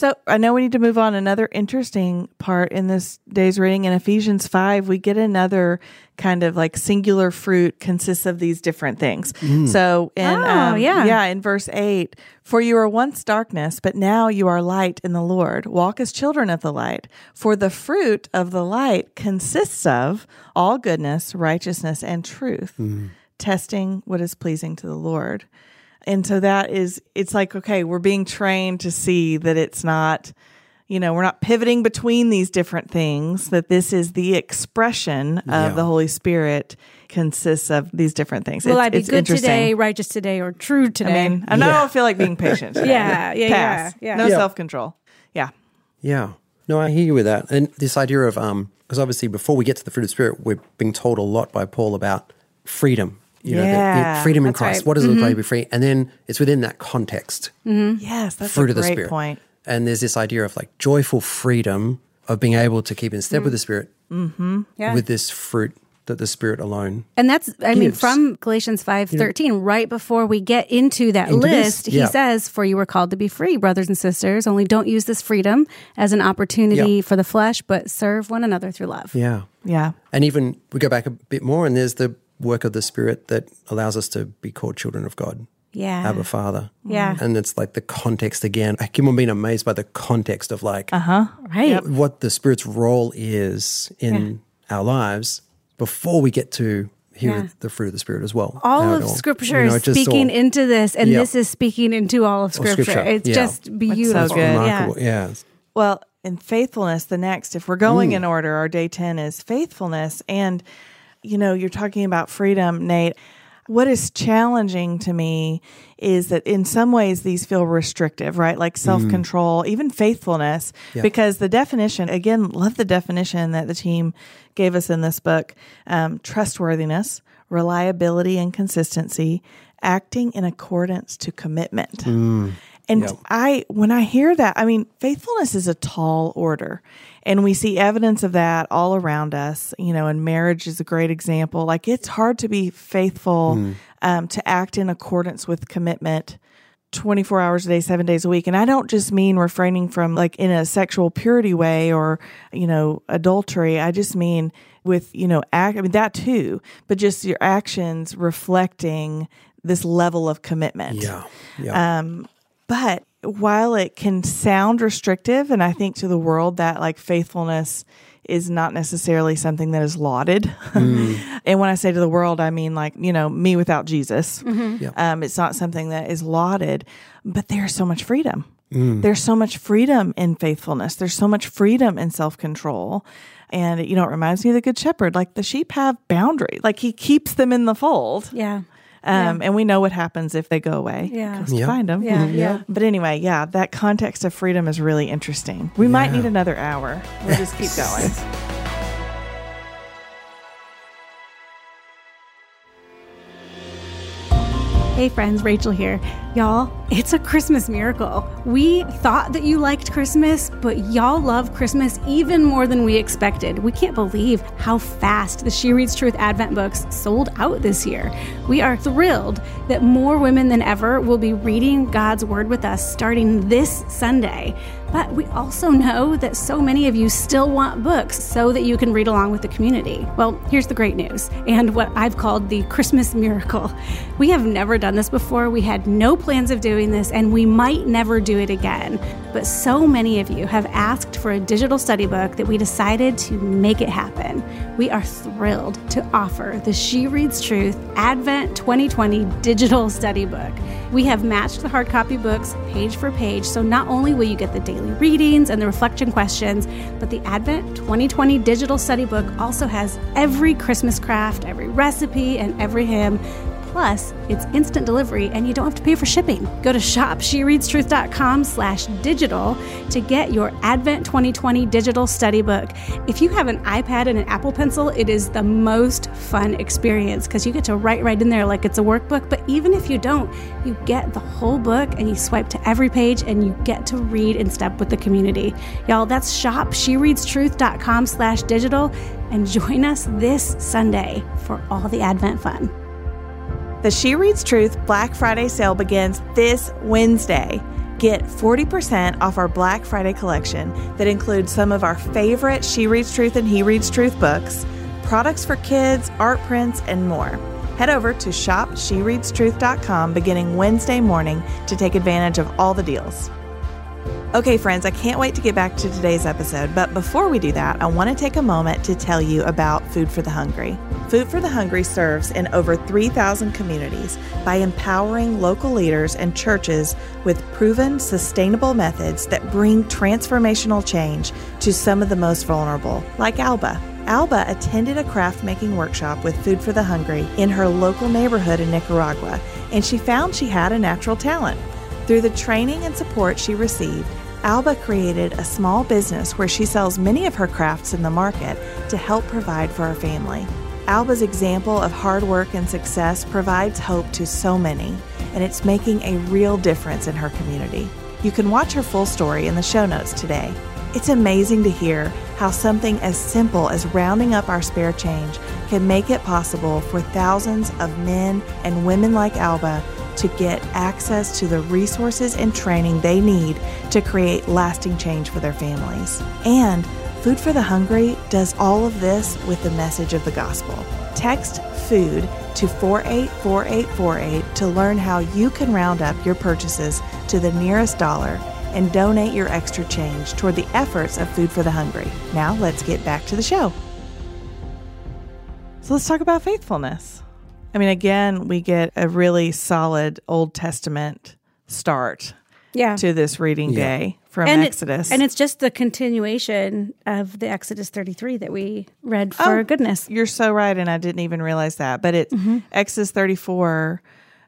[SPEAKER 1] So I know we need to move on. Another interesting part in this day's reading in Ephesians 5, we get another kind of like singular fruit consists of these different things.
[SPEAKER 3] Mm.
[SPEAKER 1] So in
[SPEAKER 2] Oh,
[SPEAKER 1] um,
[SPEAKER 2] yeah.
[SPEAKER 1] yeah, in verse 8, for you were once darkness, but now you are light in the Lord. Walk as children of the light. For the fruit of the light consists of all goodness, righteousness, and truth. Testing what is pleasing to the Lord. And so that is, it's like, okay, we're being trained to see that it's not, you know, we're not pivoting between these different things, that this is the expression of the Holy Spirit consists of these different things.
[SPEAKER 2] Will
[SPEAKER 1] it's,
[SPEAKER 2] I be
[SPEAKER 1] it's
[SPEAKER 2] good
[SPEAKER 1] interesting.
[SPEAKER 2] today, righteous today, or true today?
[SPEAKER 1] I mean, I know I don't feel like being patient. today.
[SPEAKER 2] Yeah, yeah,
[SPEAKER 1] Pass.
[SPEAKER 2] yeah, yeah.
[SPEAKER 1] No
[SPEAKER 2] Yeah.
[SPEAKER 1] self control. Yeah.
[SPEAKER 3] Yeah. No, I hear you with that. And this idea of, um, because obviously before we get to the fruit of the spirit, we're being told a lot by Paul about freedom. You know, the- the
[SPEAKER 1] Yeah,
[SPEAKER 3] freedom in
[SPEAKER 1] that's
[SPEAKER 3] Christ.
[SPEAKER 1] right.
[SPEAKER 3] What does it look like to be free? And then it's within that context,
[SPEAKER 1] Yes, that's
[SPEAKER 3] fruit
[SPEAKER 1] a
[SPEAKER 3] of the
[SPEAKER 1] great
[SPEAKER 3] spirit.
[SPEAKER 1] point.
[SPEAKER 3] And there's this idea of like joyful freedom of being able to keep in step
[SPEAKER 1] Mm.
[SPEAKER 3] with the spirit
[SPEAKER 2] yeah.
[SPEAKER 3] with this fruit that the spirit alone.
[SPEAKER 2] And that's, I mean,
[SPEAKER 3] Gives.
[SPEAKER 2] from Galatians five thirteen, right before we get into that list,
[SPEAKER 3] this?
[SPEAKER 2] he
[SPEAKER 3] Yeah.
[SPEAKER 2] says, For you were called to be free, brothers and sisters, only don't use this freedom as an opportunity
[SPEAKER 3] Yeah.
[SPEAKER 2] for the flesh, but serve one another through love.
[SPEAKER 3] Yeah.
[SPEAKER 1] Yeah.
[SPEAKER 3] And even we go back a bit more, and there's the work of the spirit that allows us to be called children of God.
[SPEAKER 2] Yeah.
[SPEAKER 3] Abba Father.
[SPEAKER 2] Yeah.
[SPEAKER 3] And it's like the context again. I keep on being amazed by the context of like
[SPEAKER 2] Uh-huh. Right.
[SPEAKER 3] what the Spirit's role is in our lives before we get to hear
[SPEAKER 2] Yeah.
[SPEAKER 3] the fruit of the Spirit as well.
[SPEAKER 2] All
[SPEAKER 3] How it
[SPEAKER 2] of Scripture
[SPEAKER 3] you know,
[SPEAKER 2] is
[SPEAKER 3] it just
[SPEAKER 2] speaking
[SPEAKER 3] all-
[SPEAKER 2] into this, and
[SPEAKER 3] Yeah.
[SPEAKER 2] this is speaking into all of Scripture.
[SPEAKER 3] Scripture,
[SPEAKER 2] It's
[SPEAKER 3] yeah.
[SPEAKER 2] just beautiful.
[SPEAKER 1] good.
[SPEAKER 2] Yeah.
[SPEAKER 3] remarkable. Yeah.
[SPEAKER 1] Well, and faithfulness, the next, if we're going in order, our day 10 is faithfulness. And, you know, you're talking about freedom, Nate. What is challenging to me is that in some ways these feel restrictive, right? Like self control, even faithfulness, because the definition, again, love the definition that the team gave us in this book um, trustworthiness, reliability, and consistency, acting in accordance to commitment. And I, when I hear that, I mean, faithfulness is a tall order. And we see evidence of that all around us, you know, and marriage is a great example. Like, it's hard to be faithful um, to act in accordance with commitment 24 hours a day, seven days a week. And I don't just mean refraining from, like, in a sexual purity way or, you know, adultery. I just mean with, you know, act, I mean, that too, but just your actions reflecting this level of commitment.
[SPEAKER 3] Yeah. Yeah.
[SPEAKER 2] Um,
[SPEAKER 1] But while it can sound restrictive, and I think to the world that like faithfulness is not necessarily something that is lauded. and when I say to the world, I mean like, you know, me without Jesus.
[SPEAKER 3] Yeah.
[SPEAKER 1] Um, it's not something that is lauded, but there's so much freedom. There's so much freedom in faithfulness. There's so much freedom in self control. And, you know, it reminds me of the Good Shepherd. Like the sheep have boundary, like he keeps them in the fold.
[SPEAKER 2] Yeah.
[SPEAKER 1] Um, And we know what happens if they go away.
[SPEAKER 2] Yeah.
[SPEAKER 1] Goes to find them.
[SPEAKER 2] Yeah, Mhm. yeah.
[SPEAKER 1] But anyway, yeah, that context of freedom is really interesting. We might need another hour. We'll just keep going.
[SPEAKER 2] Hey friends, Rachel here. Y'all, it's a Christmas miracle. We thought that you liked Christmas, but y'all love Christmas even more than we expected. We can't believe how fast the She Reads Truth Advent books sold out this year. We are thrilled that more women than ever will be reading God's Word with us starting this Sunday. But we also know that so many of you still want books so that you can read along with the community. Well, here's the great news and what I've called the Christmas miracle. We have never done this before. We had no plans of doing this and we might never do it again. But so many of you have asked for a digital study book that we decided to make it happen. We are thrilled to offer the She Reads Truth Advent 2020 digital study book. We have matched the hard copy books page for page, so not only will you get the daily readings and the reflection questions, but the Advent 2020 digital study book also has every Christmas craft, every recipe, and every hymn. Plus, it's instant delivery and you don't have to pay for shipping. Go to shopshereadstruth.com slash digital to get your Advent 2020 digital study book. If you have an iPad and an Apple Pencil, it is the most fun experience because you get to write right in there like it's a workbook. But even if you don't, you get the whole book and you swipe to every page and you get to read in step with the community. Y'all, that's shopshereadstruth.com slash digital and join us this Sunday for all the Advent fun.
[SPEAKER 1] The She Reads Truth Black Friday sale begins this Wednesday. Get 40% off our Black Friday collection that includes some of our favorite She Reads Truth and He Reads Truth books, products for kids, art prints, and more. Head over to shopshereadstruth.com beginning Wednesday morning to take advantage of all the deals. Okay, friends, I can't wait to get back to today's episode. But before we do that, I want to take a moment to tell you about Food for the Hungry. Food for the Hungry serves in over 3,000 communities by empowering local leaders and churches with proven, sustainable methods that bring transformational change to some of the most vulnerable, like Alba. Alba attended a craft making workshop with Food for the Hungry in her local neighborhood in Nicaragua, and she found she had a natural talent. Through the training and support she received, Alba created a small business where she sells many of her crafts in the market to help provide for her family. Alba's example of hard work and success provides hope to so many, and it's making a real difference in her community. You can watch her full story in the show notes today. It's amazing to hear how something as simple as rounding up our spare change can make it possible for thousands of men and women like Alba to get access to the resources and training they need to create lasting change for their families. And Food for the Hungry does all of this with the message of the gospel. Text food to 484848 to learn how you can round up your purchases to the nearest dollar and donate your extra change toward the efforts of Food for the Hungry. Now let's get back to the show. So let's talk about faithfulness. I mean, again, we get a really solid Old Testament start
[SPEAKER 2] Yeah.
[SPEAKER 1] to this reading day from
[SPEAKER 2] and it-
[SPEAKER 1] Exodus.
[SPEAKER 2] and it's just the continuation of the Exodus 33 that we read
[SPEAKER 1] Oh,
[SPEAKER 2] for goodness.
[SPEAKER 1] You're so right, and I didn't even realize that. But it's Exodus 34,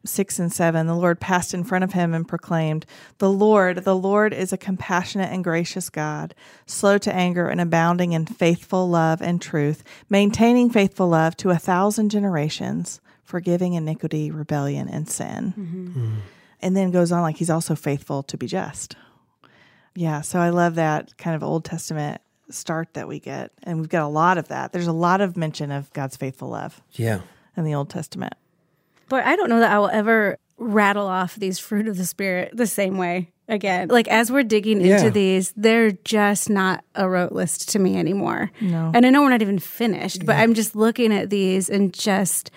[SPEAKER 1] 6 and 7. The Lord passed in front of him and proclaimed, The Lord, the Lord is a compassionate and gracious God, slow to anger and abounding in faithful love and truth, maintaining faithful love to a thousand generations, forgiving iniquity, rebellion, and sin. And then goes on like he's also faithful to be just. Yeah, so I love that kind of Old Testament start that we get. And we've got a lot of that. There's a lot of mention of God's faithful love
[SPEAKER 3] Yeah.
[SPEAKER 1] in the Old Testament.
[SPEAKER 2] But I don't know that I will ever rattle off these fruit of the spirit the same way again. Like as we're digging
[SPEAKER 3] Yeah.
[SPEAKER 2] into these, they're just not a rote list to me anymore. No. And I know we're not even finished, but I'm just looking at these and just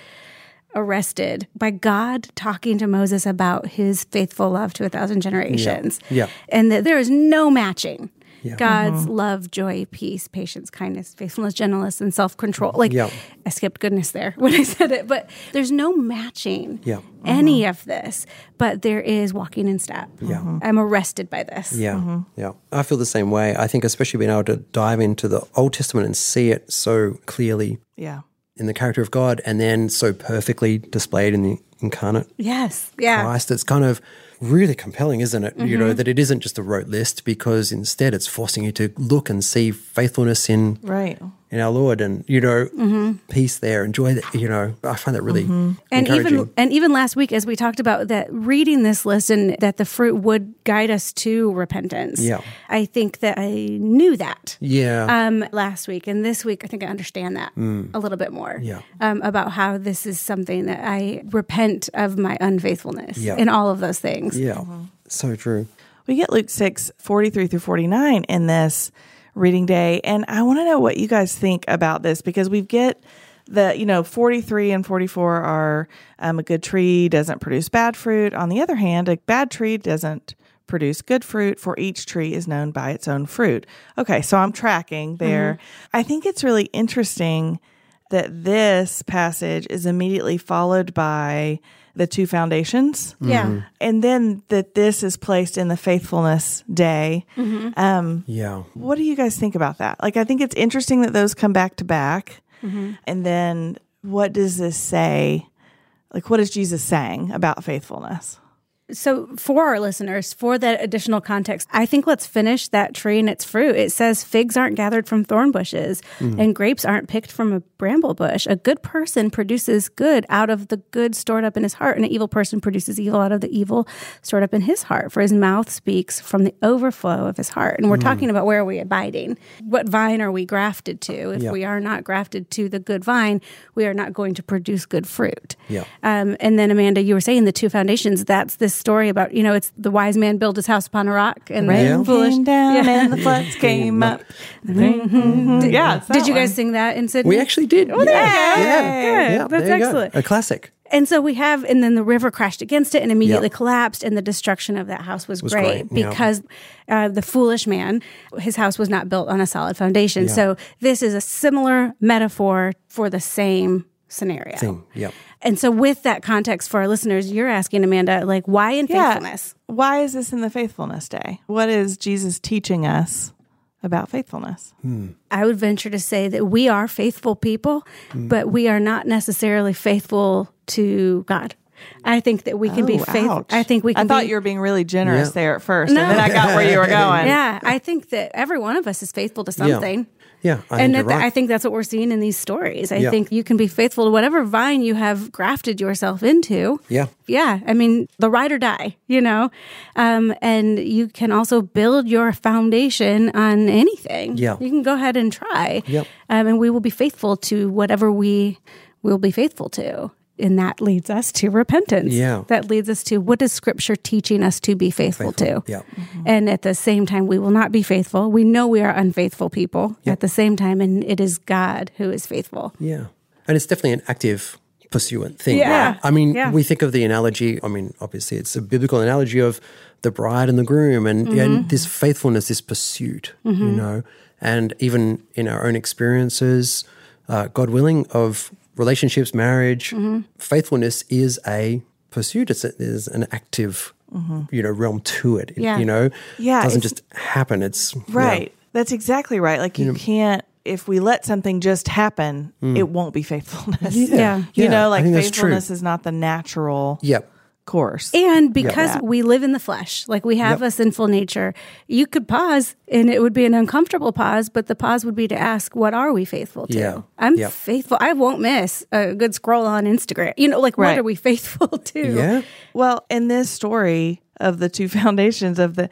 [SPEAKER 2] arrested by God talking to Moses about his faithful love to a thousand generations.
[SPEAKER 3] Yeah.
[SPEAKER 2] And that there is no matching. God's love, joy, peace, patience, kindness, faithfulness, gentleness, and self control. Like,
[SPEAKER 3] Yeah.
[SPEAKER 2] I skipped goodness there when I said it, but there's no matching
[SPEAKER 3] Yeah. Mm-hmm.
[SPEAKER 2] any of this, but there is walking in step.
[SPEAKER 3] Yeah. Mhm.
[SPEAKER 2] I'm arrested by this.
[SPEAKER 3] Yeah. Yeah. I feel the same way. I think, especially being able to dive into the Old Testament and see it so clearly
[SPEAKER 1] Yeah.
[SPEAKER 3] in the character of God and then so perfectly displayed in the incarnate
[SPEAKER 2] Yes. Yeah. Mm-hmm.
[SPEAKER 3] Christ. It's kind of really compelling, isn't it? You know, that it isn't just a rote list because instead it's forcing you to look and see faithfulness in
[SPEAKER 1] Right.
[SPEAKER 3] in our Lord and, you know, peace there, enjoy that, you know, I find that really
[SPEAKER 2] Mm-hmm. and
[SPEAKER 3] encouraging.
[SPEAKER 2] even and even last week as we talked about that reading this list and that the fruit would guide us to repentance.
[SPEAKER 3] Yeah.
[SPEAKER 2] I think that I knew that.
[SPEAKER 3] yeah.
[SPEAKER 2] um, last week and this week, I think I understand that a little bit more
[SPEAKER 3] Mm. Yeah.
[SPEAKER 2] um, about how this is something that I repent of my unfaithfulness
[SPEAKER 3] Yeah.
[SPEAKER 2] in all of those things.
[SPEAKER 3] yeah. So true.
[SPEAKER 1] We get Luke 6, 43 through 49 in this reading day. And I want to know what you guys think about this because we get the, you know, 43 and 44 are um, a good tree doesn't produce bad fruit. On the other hand, a bad tree doesn't produce good fruit, for each tree is known by its own fruit. Okay, so I'm tracking there. I think it's really interesting that this passage is immediately followed by the two foundations
[SPEAKER 2] Yeah.
[SPEAKER 3] Mm-hmm.
[SPEAKER 1] and then that this is placed in the faithfulness day.
[SPEAKER 2] Mm-hmm.
[SPEAKER 1] Um,
[SPEAKER 3] Yeah.
[SPEAKER 1] what do you guys think about that? Like, I think it's interesting that those come back to back.
[SPEAKER 2] Mm-hmm.
[SPEAKER 1] And then what does this say? Like, what is Jesus saying about faithfulness?
[SPEAKER 2] So, for our listeners, for that additional context, I think let's finish that tree and its fruit. It says, Figs aren't gathered from thorn bushes, and grapes aren't picked from a bramble bush. A good person produces good out of the good stored up in his heart, and an evil person produces evil out of the evil stored up in his heart. For his mouth speaks from the overflow of his heart. And we're talking about where are we abiding? What vine are we grafted to? If we are not grafted to the good vine, we are not going to produce good fruit.
[SPEAKER 3] Yeah.
[SPEAKER 2] Um, and then Amanda, you were saying the two foundations. That's this story about you know it's the wise man built his house upon a rock and the
[SPEAKER 3] Yeah.
[SPEAKER 2] foolish.
[SPEAKER 1] Came down and the floods came up. Mm-hmm. yeah. it's
[SPEAKER 2] Mm-hmm. Did
[SPEAKER 1] that
[SPEAKER 2] you guys
[SPEAKER 1] one.
[SPEAKER 2] sing that in Sydney?
[SPEAKER 3] We actually did. Oh,
[SPEAKER 2] there
[SPEAKER 3] yeah.
[SPEAKER 2] you go.
[SPEAKER 3] Yeah.
[SPEAKER 2] Good.
[SPEAKER 3] Yeah,
[SPEAKER 2] That's
[SPEAKER 3] there you go.
[SPEAKER 2] excellent.
[SPEAKER 3] A classic.
[SPEAKER 2] And so we have, and then the river crashed against it and immediately
[SPEAKER 3] Yeah.
[SPEAKER 2] collapsed, and the destruction of that house was, great,
[SPEAKER 3] great, yeah.
[SPEAKER 2] because uh, the foolish man, his house was not built on a solid foundation. So this is a similar metaphor for the same scenario.
[SPEAKER 3] Thing. Yeah.
[SPEAKER 2] And so, with that context for our listeners, you're asking Amanda, like, why in
[SPEAKER 1] Yeah.
[SPEAKER 2] faithfulness?
[SPEAKER 1] Why is this in the faithfulness day? What is Jesus teaching us about faithfulness?
[SPEAKER 2] I would venture to say that we are faithful people,
[SPEAKER 3] Mm.
[SPEAKER 2] but we are not necessarily faithful to God. I think that we can be
[SPEAKER 1] Oh,
[SPEAKER 2] faithful.
[SPEAKER 1] ouch.
[SPEAKER 2] I think we can
[SPEAKER 1] I thought
[SPEAKER 2] be,
[SPEAKER 1] you were being really generous
[SPEAKER 3] Yeah.
[SPEAKER 1] there at first,
[SPEAKER 2] No.
[SPEAKER 1] and then I got where you were going.
[SPEAKER 2] Yeah, I think that every one of us is faithful to
[SPEAKER 3] Yeah.
[SPEAKER 2] something.
[SPEAKER 3] Yeah. I
[SPEAKER 2] and
[SPEAKER 3] think you're
[SPEAKER 2] that-
[SPEAKER 3] right.
[SPEAKER 2] I think that's what we're seeing in these stories. I
[SPEAKER 3] Yeah.
[SPEAKER 2] think you can be faithful to whatever vine you have grafted yourself into.
[SPEAKER 3] Yeah.
[SPEAKER 2] Yeah. I mean, the ride or die, you know? Um, and you can also build your foundation on anything.
[SPEAKER 3] Yeah.
[SPEAKER 2] You can go ahead and try.
[SPEAKER 3] Yep.
[SPEAKER 2] Um, and we will be faithful to whatever we will be faithful to. And that leads us to repentance.
[SPEAKER 3] Yeah.
[SPEAKER 2] That leads us to what is scripture teaching us to be faithful, to? Mm-hmm.
[SPEAKER 3] Yeah.
[SPEAKER 2] And at the same time, we will not be faithful. We know we are unfaithful people at the same time, and it is God who is faithful.
[SPEAKER 3] Yeah. And it's definitely an active pursuant thing.
[SPEAKER 2] Yeah.
[SPEAKER 3] Right? I mean,
[SPEAKER 2] Yeah.
[SPEAKER 3] we think of the analogy, I mean, obviously it's a biblical analogy of the bride and the groom and,
[SPEAKER 1] Mm-hmm.
[SPEAKER 3] and this faithfulness, this pursuit, you know, and even in our own experiences, uh, God willing, of
[SPEAKER 1] Mm-hmm.
[SPEAKER 3] relationships, marriage, faithfulness is a pursuit. It's, a, is an active you know realm to it. It,
[SPEAKER 2] Yeah.
[SPEAKER 3] You know,
[SPEAKER 1] Mm-hmm. Yeah,
[SPEAKER 3] doesn't
[SPEAKER 1] it's-
[SPEAKER 3] just happen. It's yeah.
[SPEAKER 1] Right. That's exactly right. Like you can't if we let something just happen, it won't be faithfulness.
[SPEAKER 2] Yeah.
[SPEAKER 1] You
[SPEAKER 3] Mm. Yeah,
[SPEAKER 1] know,
[SPEAKER 3] I
[SPEAKER 1] like
[SPEAKER 3] think that's true.
[SPEAKER 1] faithfulness is not the natural
[SPEAKER 3] Yep.
[SPEAKER 1] course.
[SPEAKER 2] And because
[SPEAKER 1] Yeah.
[SPEAKER 2] we live in the flesh, like we have a sinful nature, you could pause and it would be an uncomfortable pause, but the pause would be to ask, what are we faithful to?
[SPEAKER 3] Yeah.
[SPEAKER 2] I'm
[SPEAKER 3] Yep.
[SPEAKER 2] faithful. I won't miss a good scroll on Instagram. You know, like
[SPEAKER 1] Right.
[SPEAKER 2] what are we faithful to?
[SPEAKER 3] Yeah.
[SPEAKER 1] Well, in this story of the two foundations of the,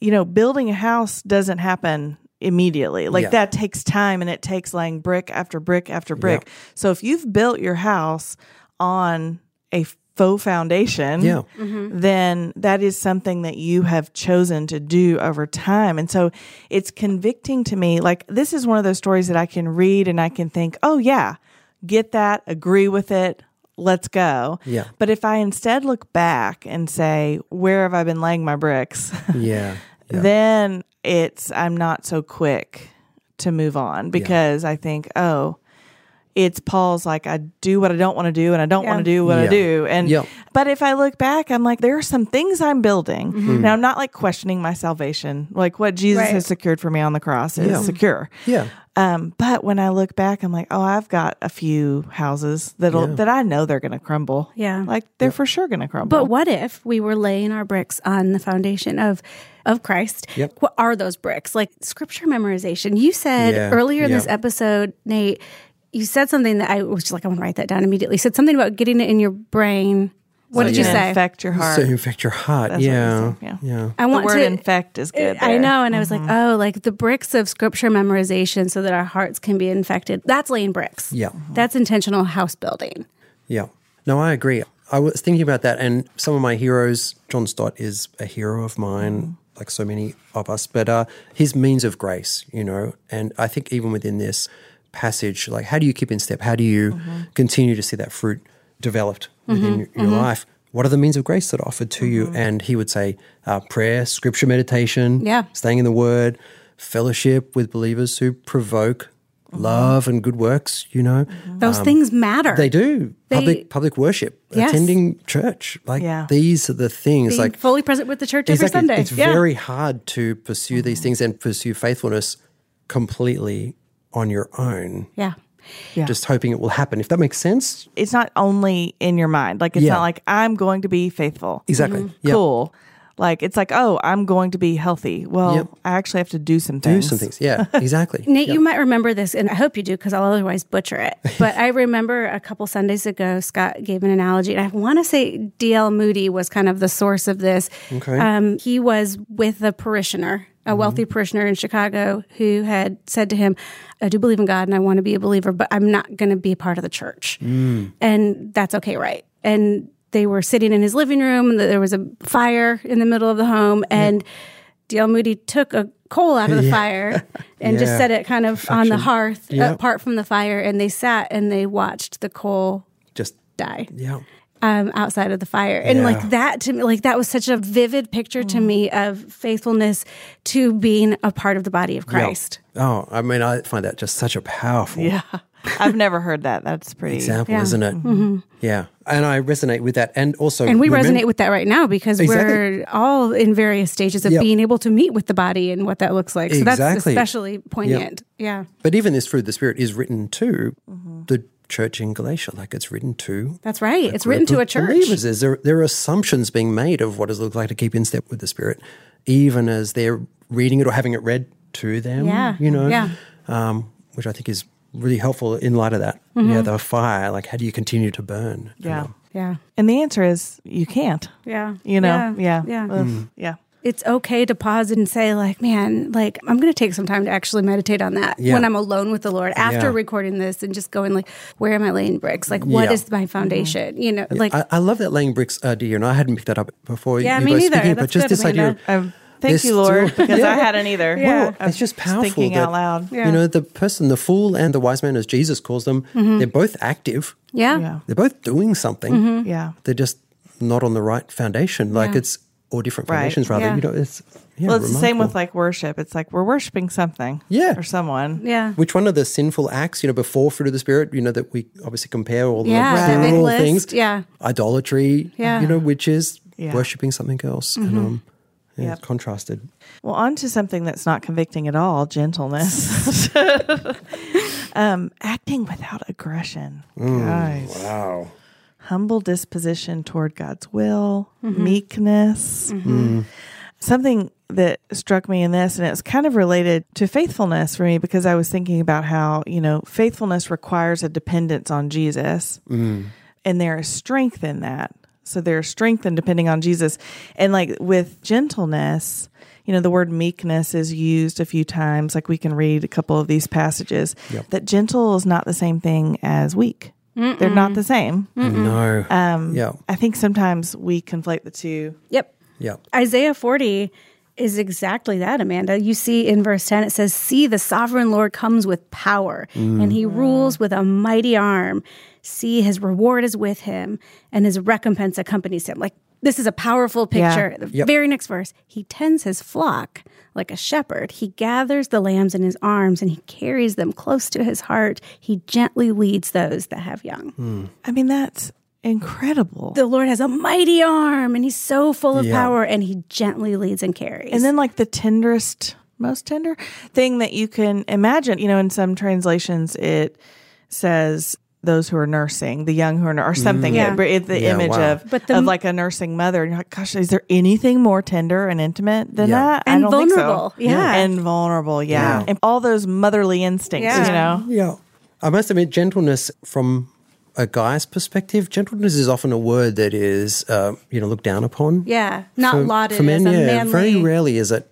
[SPEAKER 1] you know, building a house doesn't happen immediately. Like
[SPEAKER 3] Yeah.
[SPEAKER 1] that takes time and it takes laying brick after brick after brick. So if you've built your house on a faux foundation,
[SPEAKER 3] Yeah.
[SPEAKER 1] then that is something that you have chosen to do over time. And so it's convicting to me. Like this is one of those stories that I can read and I can think, oh yeah, get that, agree with it. Let's go.
[SPEAKER 3] Yeah.
[SPEAKER 1] But if I instead look back and say, where have I been laying my bricks?
[SPEAKER 3] Yeah. Yeah.
[SPEAKER 1] then it's, I'm not so quick to move on because I think, oh, it's Paul's like, I do what I don't want to do and I don't
[SPEAKER 2] Yeah.
[SPEAKER 1] want to do what I
[SPEAKER 3] Yeah.
[SPEAKER 1] do. And,
[SPEAKER 3] Yep.
[SPEAKER 1] but if I look back, I'm like, there are some things I'm building.
[SPEAKER 3] Mm-hmm.
[SPEAKER 1] Now I'm not like questioning my salvation, like what Jesus
[SPEAKER 2] Mm-hmm. Right.
[SPEAKER 1] has secured for me on the cross is
[SPEAKER 3] Yeah.
[SPEAKER 1] secure.
[SPEAKER 3] Yeah.
[SPEAKER 1] Um, but when I look back, I'm like, oh, I've got a few houses that'll that I know they're going to crumble.
[SPEAKER 2] Yeah.
[SPEAKER 1] like they're for sure going to crumble.
[SPEAKER 2] But what if we were laying our bricks on the foundation of of Christ?
[SPEAKER 3] Yep.
[SPEAKER 2] What are those bricks? Like scripture memorization. You said
[SPEAKER 3] Yeah,
[SPEAKER 2] earlier in this
[SPEAKER 3] yeah.
[SPEAKER 2] episode, Nate, you said something that I was just like, I want to write that down immediately. You said something about getting it in your brain. What did
[SPEAKER 1] It's
[SPEAKER 2] you
[SPEAKER 1] gonna
[SPEAKER 2] say?
[SPEAKER 1] Infect your heart.
[SPEAKER 3] So you infect your heart.
[SPEAKER 1] what you
[SPEAKER 3] Yeah.
[SPEAKER 1] said, yeah.
[SPEAKER 3] Yeah.
[SPEAKER 2] I
[SPEAKER 1] the
[SPEAKER 2] want
[SPEAKER 1] word
[SPEAKER 2] to.
[SPEAKER 1] infect is good.
[SPEAKER 2] I
[SPEAKER 1] there.
[SPEAKER 2] know, and I was like,
[SPEAKER 3] Mm-hmm.
[SPEAKER 2] oh, like the bricks of scripture memorization, so that our hearts can be infected. That's laying bricks.
[SPEAKER 3] Yeah.
[SPEAKER 2] that's intentional house building.
[SPEAKER 3] Yeah. No, I agree. I was thinking about that, and some of my heroes, John Stott is a hero of mine, like so many of us, but uh, his means of grace, you know, and I think even within this passage, like how do you keep in step? How do you continue to see that fruit developed within your, your life? What are the means of grace that are offered to you? And he would say uh, prayer, scripture meditation,
[SPEAKER 2] Yeah.
[SPEAKER 3] staying in the word, fellowship with believers who provoke love and good works, you know.
[SPEAKER 2] Those things matter.
[SPEAKER 3] Um, They do
[SPEAKER 2] They-
[SPEAKER 3] public public worship,
[SPEAKER 2] Yes.
[SPEAKER 3] attending church. Like
[SPEAKER 1] Yeah.
[SPEAKER 3] these are the things.
[SPEAKER 2] Being
[SPEAKER 3] like
[SPEAKER 2] fully present with the church every
[SPEAKER 3] exactly,
[SPEAKER 2] Sunday. Mm-hmm.
[SPEAKER 3] it's very hard to pursue these things and pursue faithfulness completely on your own.
[SPEAKER 2] yeah.
[SPEAKER 1] Yeah.
[SPEAKER 3] Just hoping it will happen. If that makes sense,
[SPEAKER 1] it's not only in your mind. Like it's
[SPEAKER 3] Yeah.
[SPEAKER 1] not like I'm going to be faithful.
[SPEAKER 3] exactly.
[SPEAKER 2] Mm-hmm.
[SPEAKER 3] Yeah.
[SPEAKER 1] Cool. Like it's like, oh, I'm going to be healthy. Well,
[SPEAKER 3] Yep.
[SPEAKER 1] I actually have to do some
[SPEAKER 3] Do
[SPEAKER 1] things.
[SPEAKER 3] some things. Yeah, exactly.
[SPEAKER 2] Nate, you might remember this, and I hope you do because I'll otherwise butcher it. But I remember a couple Sundays ago, Scott gave an analogy, and I want to say D.L. Moody was kind of the source of this.
[SPEAKER 3] Okay. Mm-hmm.
[SPEAKER 2] Um, he was with a parishioner, a wealthy parishioner in Chicago, who had said to him, I do believe in God and I want to be a believer, but I'm not going to be a part of the church.
[SPEAKER 3] Mm.
[SPEAKER 2] And that's okay, right? And they were sitting in his living room, and there was a fire in the middle of the home, and D.L. Moody took a coal out of the fire and just
[SPEAKER 3] Yeah.
[SPEAKER 2] set it kind of on the hearth
[SPEAKER 3] Yeah.
[SPEAKER 2] apart from the fire, and they sat and they watched the coal
[SPEAKER 3] Just
[SPEAKER 2] die
[SPEAKER 3] yeah.
[SPEAKER 2] um, outside of the fire. And
[SPEAKER 3] Yeah. Mm.
[SPEAKER 2] like that to me, like that was such a vivid picture to me of faithfulness to being a part of the body of Christ.
[SPEAKER 3] Oh, I mean, I find that just such a powerful
[SPEAKER 1] Yeah. I've never heard that. That's pretty.
[SPEAKER 3] example,
[SPEAKER 2] Yeah. Mm-hmm.
[SPEAKER 3] isn't it? Yeah, and I resonate with that, and also
[SPEAKER 2] And we
[SPEAKER 3] remember-
[SPEAKER 2] resonate with that right now because
[SPEAKER 3] Exactly.
[SPEAKER 2] we're all in various stages of
[SPEAKER 3] Yep.
[SPEAKER 2] being able to meet with the body and what that looks like. So that's
[SPEAKER 3] Exactly.
[SPEAKER 2] especially poignant. Yeah.
[SPEAKER 3] But even this fruit of the spirit is written to
[SPEAKER 2] Mm-hmm.
[SPEAKER 3] the church in Galatia, like it's written to.
[SPEAKER 2] That's right. it's written to
[SPEAKER 3] group
[SPEAKER 2] a
[SPEAKER 3] of
[SPEAKER 2] church.
[SPEAKER 3] Believers. There's- There, there are assumptions being made of what does it look like to keep in step with the spirit, even as they're reading it or having it read to them.
[SPEAKER 2] Yeah.
[SPEAKER 3] you know,
[SPEAKER 2] Yeah.
[SPEAKER 3] um, which I think is really helpful in light of that. Yeah, the fire. Like, how do you continue to burn? you
[SPEAKER 1] Yeah.
[SPEAKER 3] know?
[SPEAKER 2] Mm-hmm. Yeah.
[SPEAKER 1] And the answer is you can't.
[SPEAKER 2] Yeah.
[SPEAKER 1] You know? Yeah.
[SPEAKER 2] Yeah.
[SPEAKER 1] Ugh.
[SPEAKER 3] Mm.
[SPEAKER 1] Yeah.
[SPEAKER 2] It's okay to pause and say, like, man, like, I'm going to take some time to actually meditate on that
[SPEAKER 3] Yeah.
[SPEAKER 2] when I'm alone with the Lord after
[SPEAKER 3] Yeah.
[SPEAKER 2] recording this and just going, like, where am I laying bricks? Like, what is
[SPEAKER 3] Yeah.
[SPEAKER 2] my foundation? You know, like,
[SPEAKER 3] I, I love that laying bricks idea, and I hadn't picked that up before.
[SPEAKER 2] Yeah,
[SPEAKER 3] you
[SPEAKER 2] me
[SPEAKER 3] guys
[SPEAKER 2] neither.
[SPEAKER 3] Speaking, but
[SPEAKER 2] That's
[SPEAKER 3] just
[SPEAKER 2] good,
[SPEAKER 3] this idea.
[SPEAKER 2] Amanda.
[SPEAKER 3] Of,
[SPEAKER 1] Um, thank
[SPEAKER 3] There's
[SPEAKER 1] you, Lord,
[SPEAKER 3] still-
[SPEAKER 1] because I hadn't either.
[SPEAKER 2] Yeah.
[SPEAKER 1] I'm
[SPEAKER 3] it's just powerful.
[SPEAKER 1] Thinking
[SPEAKER 3] that,
[SPEAKER 1] out loud.
[SPEAKER 2] Yeah. Mm-hmm.
[SPEAKER 3] You know, the person, the fool and the wise man, as Jesus calls them, they're both active.
[SPEAKER 2] yeah. Mm-hmm.
[SPEAKER 1] Yeah.
[SPEAKER 3] They're both doing something.
[SPEAKER 1] Yeah.
[SPEAKER 3] They're just not on the right foundation. Like
[SPEAKER 2] Yeah.
[SPEAKER 3] it's or different
[SPEAKER 1] Right.
[SPEAKER 3] foundations rather.
[SPEAKER 2] Yeah.
[SPEAKER 3] You know, it's yeah,
[SPEAKER 1] Well, it's the same with
[SPEAKER 3] remarkable.
[SPEAKER 1] like worship. It's like we're worshiping something.
[SPEAKER 3] Yeah.
[SPEAKER 1] Or someone.
[SPEAKER 2] Yeah.
[SPEAKER 3] which one of the sinful acts, you know, before fruit of the spirit, you know, that we obviously compare all
[SPEAKER 2] Yeah,
[SPEAKER 3] the
[SPEAKER 2] the big
[SPEAKER 3] plural
[SPEAKER 2] list,
[SPEAKER 3] things.
[SPEAKER 2] yeah.
[SPEAKER 3] Idolatry,
[SPEAKER 2] Yeah.
[SPEAKER 3] you know, which is
[SPEAKER 1] Yeah.
[SPEAKER 3] worshipping something else. And um, yeah, it's contrasted.
[SPEAKER 1] Well, on to something that's not convicting at all gentleness. um, acting without aggression. Guys.
[SPEAKER 3] Wow.
[SPEAKER 1] humble disposition toward God's will, meekness. Something that struck me in this, and it's kind of related to faithfulness for me because I was thinking about how, you know, faithfulness requires a dependence on Jesus, and there is strength in that. So there's strength in depending on Jesus. And like with gentleness, you know, the word meekness is used a few times. Like we can read a couple of these passages that gentle is not the same thing as weak. They're not the same.
[SPEAKER 3] No. Um, yeah.
[SPEAKER 1] I think sometimes we conflate the two.
[SPEAKER 2] Yep.
[SPEAKER 3] Yeah.
[SPEAKER 2] Isaiah 40 is exactly that, Amanda. You see in verse 10, it says, See, the sovereign Lord comes with power, and he rules with a mighty arm. See, his reward is with him, and his recompense accompanies him. Like, this is a powerful picture. The
[SPEAKER 3] Yep.
[SPEAKER 2] very next verse, he tends his flock like a shepherd. He gathers the lambs in his arms and he carries them close to his heart. He gently leads those that have young.
[SPEAKER 1] I mean, that's incredible.
[SPEAKER 2] The Lord has a mighty arm and he's so full of
[SPEAKER 3] Yeah.
[SPEAKER 2] power and he gently leads and carries.
[SPEAKER 1] and then, like, the tenderest, most tender thing that you can imagine, you know, in some translations, it says those who are nursing, the young who are, nur- or something.
[SPEAKER 2] Yeah.
[SPEAKER 1] It, it's the
[SPEAKER 3] Yeah,
[SPEAKER 1] image
[SPEAKER 3] wow.
[SPEAKER 1] of,
[SPEAKER 2] Mm. But the-
[SPEAKER 1] of like a nursing mother. And you're like, gosh, is there anything more tender and intimate than
[SPEAKER 3] Yeah.
[SPEAKER 1] that?
[SPEAKER 2] And
[SPEAKER 1] think so.
[SPEAKER 2] vulnerable. Yeah.
[SPEAKER 1] And vulnerable. Yeah.
[SPEAKER 3] Yeah.
[SPEAKER 1] And all those motherly instincts,
[SPEAKER 2] Yeah.
[SPEAKER 1] you know?
[SPEAKER 3] Yeah. I must admit, gentleness from a guy's perspective, gentleness is often a word that is, uh, you know, looked down upon.
[SPEAKER 2] Yeah, not
[SPEAKER 3] for-
[SPEAKER 2] lauded
[SPEAKER 3] for men,
[SPEAKER 2] as a
[SPEAKER 3] yeah,
[SPEAKER 2] manly.
[SPEAKER 3] Very rarely is it,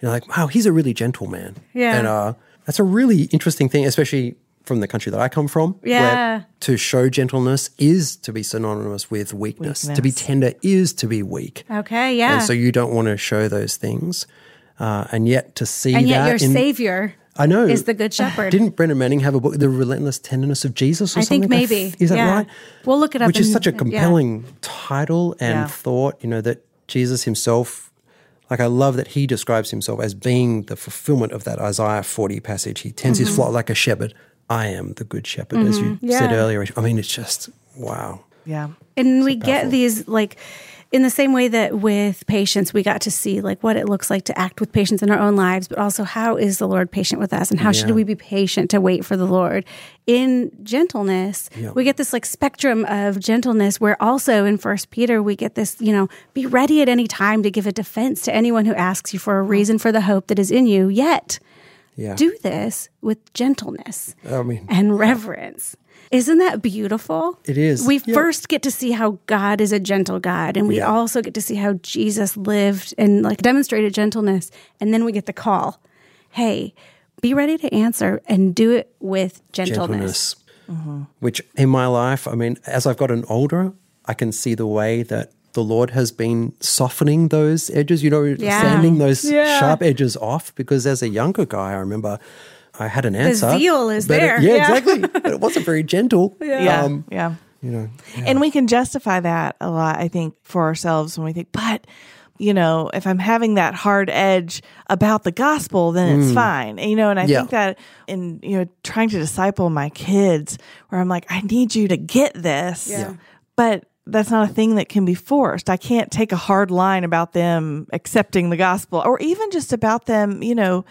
[SPEAKER 3] you know, like, wow, he's a really gentle man.
[SPEAKER 2] Yeah.
[SPEAKER 3] And uh, that's a really interesting thing, especially from the country that I come from.
[SPEAKER 2] Yeah.
[SPEAKER 3] to show gentleness is to be synonymous with weakness. To be
[SPEAKER 1] Weakness.
[SPEAKER 3] tender is to be weak.
[SPEAKER 2] Okay, Oh, yeah.
[SPEAKER 3] And so you don't want to show those things. Uh, and yet to see
[SPEAKER 2] And yet
[SPEAKER 3] that
[SPEAKER 2] your
[SPEAKER 3] in- Oh,
[SPEAKER 2] savior
[SPEAKER 3] I know
[SPEAKER 2] is the good shepherd.
[SPEAKER 3] Didn't Brendan Manning have a book, The Relentless Tenderness of Jesus or
[SPEAKER 2] I
[SPEAKER 3] something?
[SPEAKER 2] think
[SPEAKER 3] f-
[SPEAKER 2] maybe.
[SPEAKER 3] Is that
[SPEAKER 2] yeah.
[SPEAKER 3] right?
[SPEAKER 2] We'll look it up.
[SPEAKER 3] Which is
[SPEAKER 2] and-
[SPEAKER 3] such a
[SPEAKER 2] yeah.
[SPEAKER 3] compelling title and
[SPEAKER 1] Yeah.
[SPEAKER 3] thought, you know, that Jesus himself, like I love that he describes himself as being the fulfillment of that Isaiah 40 passage. He tends
[SPEAKER 2] Mm-hmm.
[SPEAKER 3] his flock like a shepherd. I am the good shepherd, as you said
[SPEAKER 2] Yeah.
[SPEAKER 3] earlier. I mean, it's just, wow.
[SPEAKER 1] Yeah.
[SPEAKER 2] And we get these like in the same way that with patience we got to see like what it looks like to act with patience in our own lives, but also how is the Lord patient with us and how should
[SPEAKER 3] Yeah.
[SPEAKER 2] we be patient to wait for the Lord? In gentleness, we get this like spectrum of gentleness where also in First Peter we get this, you know, be ready at any time to give a defense to anyone who asks you for a reason for the hope that is in you, yet
[SPEAKER 3] Yeah.
[SPEAKER 2] do this with gentleness
[SPEAKER 3] I mean,
[SPEAKER 2] and reverence. Isn't that beautiful?
[SPEAKER 3] It is.
[SPEAKER 2] We
[SPEAKER 3] Yeah.
[SPEAKER 2] first get to see how God is a gentle God, and we
[SPEAKER 3] Yeah.
[SPEAKER 2] also get to see how Jesus lived and like demonstrated gentleness, and then we get the call, "Hey, be ready to answer and do it with gentleness."
[SPEAKER 3] gentleness.
[SPEAKER 2] Mm-hmm.
[SPEAKER 3] Which in my life, I mean, as I've gotten older, I can see the way that the Lord has been softening those edges, you know,
[SPEAKER 2] Yeah.
[SPEAKER 3] sanding those
[SPEAKER 1] Yeah.
[SPEAKER 3] sharp edges off. Because as a younger guy, I remember I had an answer.
[SPEAKER 2] zeal is
[SPEAKER 3] but it-
[SPEAKER 2] there.
[SPEAKER 3] yeah,
[SPEAKER 2] Yeah.
[SPEAKER 3] exactly. But it wasn't very gentle.
[SPEAKER 1] Yeah.
[SPEAKER 3] Um,
[SPEAKER 1] yeah.
[SPEAKER 3] you know,
[SPEAKER 1] And we can justify that a lot, I think, for ourselves when we think, but, you know, if I'm having that hard edge about the gospel, then it's fine. And, you know, and I
[SPEAKER 3] Mm. Yeah.
[SPEAKER 1] think that in, you know, trying to disciple my kids, where I'm like, I need you to get this.
[SPEAKER 2] Yeah.
[SPEAKER 1] But that's not a thing that can be forced. I can't take a hard line about them accepting the gospel or even just about them, you know,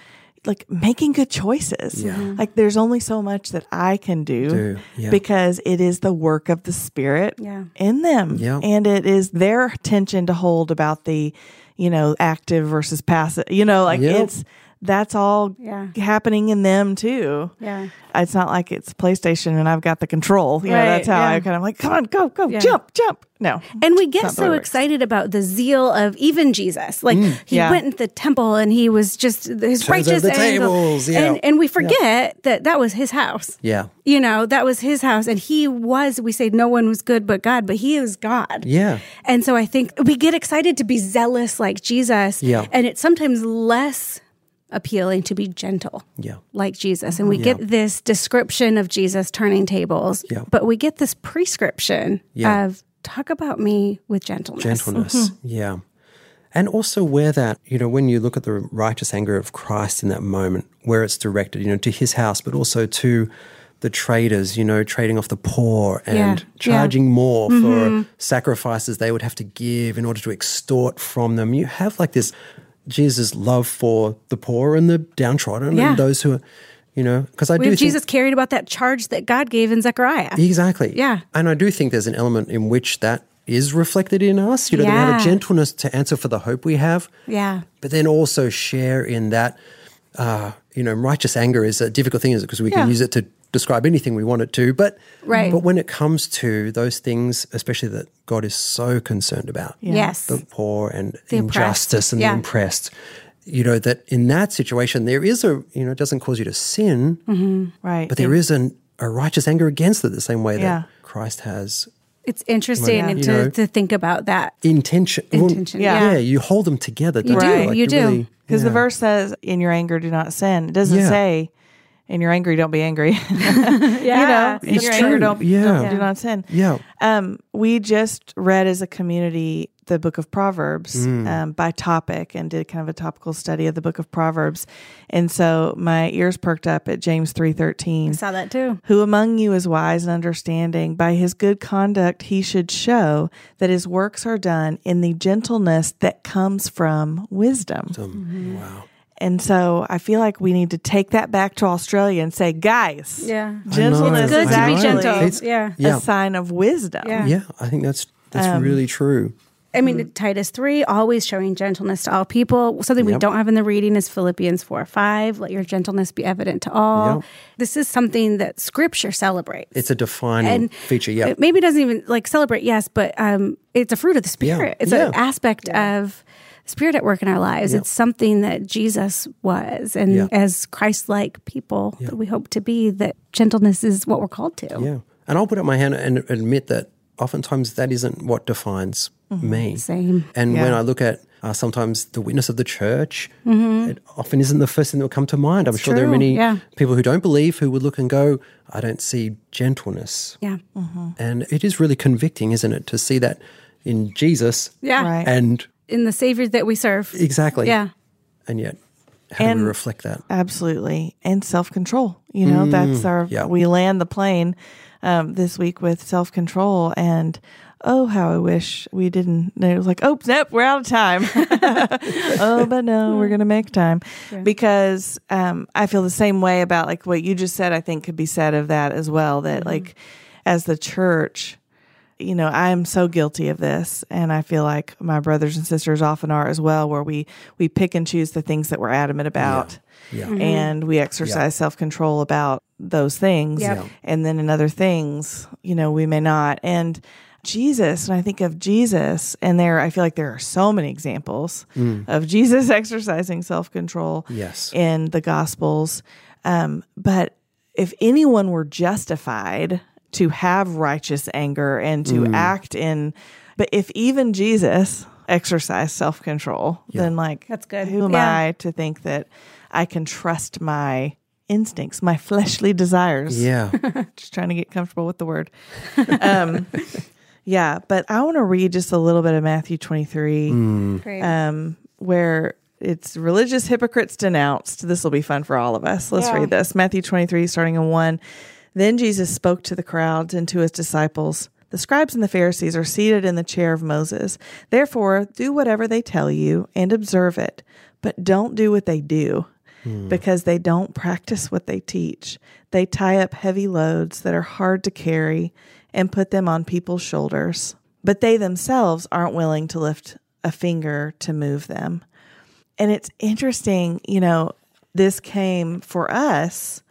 [SPEAKER 1] like making good choices. Like there's only so much that I can do,
[SPEAKER 3] Do, yeah.
[SPEAKER 1] because it is the work of the spirit
[SPEAKER 2] Yeah.
[SPEAKER 1] in them.
[SPEAKER 3] Yeah.
[SPEAKER 1] And it is their tension to hold about the, you know, active versus passive, you know, like
[SPEAKER 3] Yep.
[SPEAKER 1] it's, that's all
[SPEAKER 2] Yeah.
[SPEAKER 1] happening in them too.
[SPEAKER 2] Yeah.
[SPEAKER 1] It's not like it's PlayStation and I've got the control. You know,
[SPEAKER 2] Right,
[SPEAKER 1] that's how
[SPEAKER 2] yeah.
[SPEAKER 1] I kind of like, come on, go, go, jump, jump. No.
[SPEAKER 2] And we
[SPEAKER 1] It's
[SPEAKER 2] get
[SPEAKER 1] not the way
[SPEAKER 2] so
[SPEAKER 1] it works.
[SPEAKER 2] excited about the zeal of even Jesus. Like he
[SPEAKER 1] Yeah.
[SPEAKER 2] went into the temple and he was just his
[SPEAKER 3] Mm. Turns over
[SPEAKER 2] righteous
[SPEAKER 3] the
[SPEAKER 2] anger.
[SPEAKER 3] tables, yeah.
[SPEAKER 2] and and we forget that that was his house.
[SPEAKER 3] yeah.
[SPEAKER 2] You know, that was his house. And he was, we say no one was good but God, but he is God.
[SPEAKER 3] Yeah.
[SPEAKER 2] And so I think we get excited to be zealous like Jesus.
[SPEAKER 3] Yeah.
[SPEAKER 2] And it's sometimes less appealing to be gentle
[SPEAKER 3] Yeah.
[SPEAKER 2] like Jesus. And we get this description of Jesus turning tables,
[SPEAKER 3] Yeah.
[SPEAKER 2] but we get this prescription
[SPEAKER 3] Yeah.
[SPEAKER 2] of talk about me with gentleness.
[SPEAKER 3] Gentleness.
[SPEAKER 2] Mm-hmm.
[SPEAKER 3] Yeah. And also where that, you know, when you look at the righteous anger of Christ in that moment, where it's directed, you know, to his house, but also to the traders, you know, trading off the poor and
[SPEAKER 2] Yeah, Mm-hmm. yeah.
[SPEAKER 3] charging more for sacrifices they would have to give in order to extort from them. You have like this Jesus' love for the poor and the downtrodden
[SPEAKER 2] Yeah.
[SPEAKER 3] and those who are, you know, because I
[SPEAKER 2] We
[SPEAKER 3] do
[SPEAKER 2] have
[SPEAKER 3] think-
[SPEAKER 2] Jesus carried about that charge that God gave in Zechariah.
[SPEAKER 3] Exactly.
[SPEAKER 2] Yeah.
[SPEAKER 3] And I do think there's an element in which that is reflected in us. You know, that we have
[SPEAKER 2] Yeah.
[SPEAKER 3] a gentleness to answer for the hope we have,
[SPEAKER 2] Yeah.
[SPEAKER 3] but then also share in that, uh, you know, righteous anger is a difficult thing, is because we
[SPEAKER 2] Yeah.
[SPEAKER 3] can use it to describe anything we want it to. But
[SPEAKER 2] Right.
[SPEAKER 3] But when it comes to those things, especially that God is so concerned about,
[SPEAKER 2] Yes.
[SPEAKER 3] the poor and
[SPEAKER 2] oppressed.
[SPEAKER 3] injustice and
[SPEAKER 2] Yeah.
[SPEAKER 3] the oppressed. You know that in that situation there is a you know it doesn't cause you to sin,
[SPEAKER 1] Right.
[SPEAKER 3] but there is an, a righteous anger against it the same way
[SPEAKER 1] Yeah.
[SPEAKER 3] that Christ has
[SPEAKER 2] It's interesting
[SPEAKER 3] Well, yeah.
[SPEAKER 2] to,
[SPEAKER 3] You know-
[SPEAKER 2] to think about that.
[SPEAKER 3] intention.
[SPEAKER 2] Intention,
[SPEAKER 1] yeah.
[SPEAKER 3] yeah. you hold them together. don't
[SPEAKER 2] do,
[SPEAKER 3] you?
[SPEAKER 2] you do.
[SPEAKER 1] Because the verse says, "In your anger, do not sin." It doesn't
[SPEAKER 3] Yeah.
[SPEAKER 1] say, "In your anger, don't be angry." you know, in
[SPEAKER 3] It's
[SPEAKER 1] your anger,
[SPEAKER 3] true.
[SPEAKER 1] don't,
[SPEAKER 3] Yeah.
[SPEAKER 1] don't do
[SPEAKER 3] Yeah.
[SPEAKER 1] not sin.
[SPEAKER 3] yeah,
[SPEAKER 1] Um, we just read as a community the book of Proverbs
[SPEAKER 3] Hmm.
[SPEAKER 1] um, by topic and did kind of a topical study of the book of Proverbs, and so my ears perked up at James three thirteen.
[SPEAKER 2] Saw that too.
[SPEAKER 1] Who among you is wise and understanding? By his good conduct, he should show that his works are done in the gentleness that comes from wisdom.
[SPEAKER 2] Mm-hmm.
[SPEAKER 3] Um, wow.
[SPEAKER 1] And so I feel like we need to take that back to Australia and say, guys,
[SPEAKER 2] Yeah.
[SPEAKER 3] I know.
[SPEAKER 1] gentleness
[SPEAKER 2] It's good
[SPEAKER 1] is
[SPEAKER 2] to be
[SPEAKER 1] actually
[SPEAKER 2] gentle. It's- Yeah. Um,
[SPEAKER 3] yeah,
[SPEAKER 1] a sign of wisdom.
[SPEAKER 2] Yeah.
[SPEAKER 3] yeah. I think that's that's really true.
[SPEAKER 2] I
[SPEAKER 3] Hmm.
[SPEAKER 2] mean, Titus 3, always showing gentleness to all people. Something we don't have in the reading is Philippians 4 5. Let your gentleness be evident to all.
[SPEAKER 3] Yep.
[SPEAKER 2] This is something that scripture celebrates.
[SPEAKER 3] It's a defining
[SPEAKER 2] And
[SPEAKER 3] feature. Yeah,
[SPEAKER 2] It maybe doesn't even like celebrate, yes, but um, it's a fruit of the spirit. It's an
[SPEAKER 3] Yeah.
[SPEAKER 2] aspect of spirit at work in our lives. It's something that Jesus was. And
[SPEAKER 3] Yeah.
[SPEAKER 2] as Christ like people that we hope to be, that gentleness is what we're called to.
[SPEAKER 3] yeah. And I'll put up my hand and admit that oftentimes that isn't what defines
[SPEAKER 2] Mm-hmm.
[SPEAKER 3] me.
[SPEAKER 2] Same.
[SPEAKER 3] And when
[SPEAKER 1] Yeah.
[SPEAKER 3] I look at uh, sometimes the witness of the church, it often isn't the first thing that will come to mind. I'm sure there are
[SPEAKER 2] Mm-hmm. true,
[SPEAKER 3] many
[SPEAKER 2] yeah.
[SPEAKER 3] people who don't believe who would look and go, I don't see gentleness.
[SPEAKER 2] Yeah. Mm-hmm.
[SPEAKER 3] And it is really convicting, isn't it, to see that in Jesus
[SPEAKER 2] Yeah.
[SPEAKER 1] Right.
[SPEAKER 3] and
[SPEAKER 2] In the Savior that we serve.
[SPEAKER 3] exactly.
[SPEAKER 2] Yeah.
[SPEAKER 3] And yet, how do
[SPEAKER 1] And-
[SPEAKER 3] we reflect that?
[SPEAKER 1] Absolutely. And self control. You know, that's our,
[SPEAKER 3] yeah.
[SPEAKER 1] we land the plane um, this week with self control. And oh, how I wish we didn't. and It was like, oh, snap, we're out of time. oh, but no, we're going to make time. Because um, I feel the same way about like what you just said, I think could be said of that as well. That like as the church, you know, I am so guilty of this, and I feel like my brothers and sisters often are as well, where we we pick and choose the things that we're adamant about,
[SPEAKER 3] Yeah.
[SPEAKER 1] and we exercise self control about those things,
[SPEAKER 2] Yep. Yeah.
[SPEAKER 1] and then in other things, you know, we may not. And Jesus, and I think of Jesus, and there, I feel like there are so many examples of Jesus exercising self control
[SPEAKER 3] Yes.
[SPEAKER 1] in the Gospels. Um, but if anyone were justified to have righteous anger and to act in, but if even Jesus exercised self control, then like,
[SPEAKER 2] That's good.
[SPEAKER 1] Who am
[SPEAKER 2] Yeah.
[SPEAKER 1] I to think that I can trust my instincts, my fleshly desires?
[SPEAKER 3] Yeah.
[SPEAKER 1] just trying to get comfortable with the word. Um, yeah, but I want to read just a little bit of Matthew 23
[SPEAKER 2] Great.
[SPEAKER 3] Mm.
[SPEAKER 1] um, where it's religious hypocrites denounced. This will be fun for all of us. Let's
[SPEAKER 2] Yeah.
[SPEAKER 1] read this Matthew 23, starting in 1. Then Jesus spoke to the crowds and to his disciples. The scribes and the Pharisees are seated in the chair of Moses. Therefore, do whatever they tell you and observe it, but don't do what they do. Because they don't practice what they teach. They tie up heavy loads that are hard to carry and put them on people's shoulders, but they themselves aren't willing to lift a finger to move them. And it's interesting, you know, this came for us,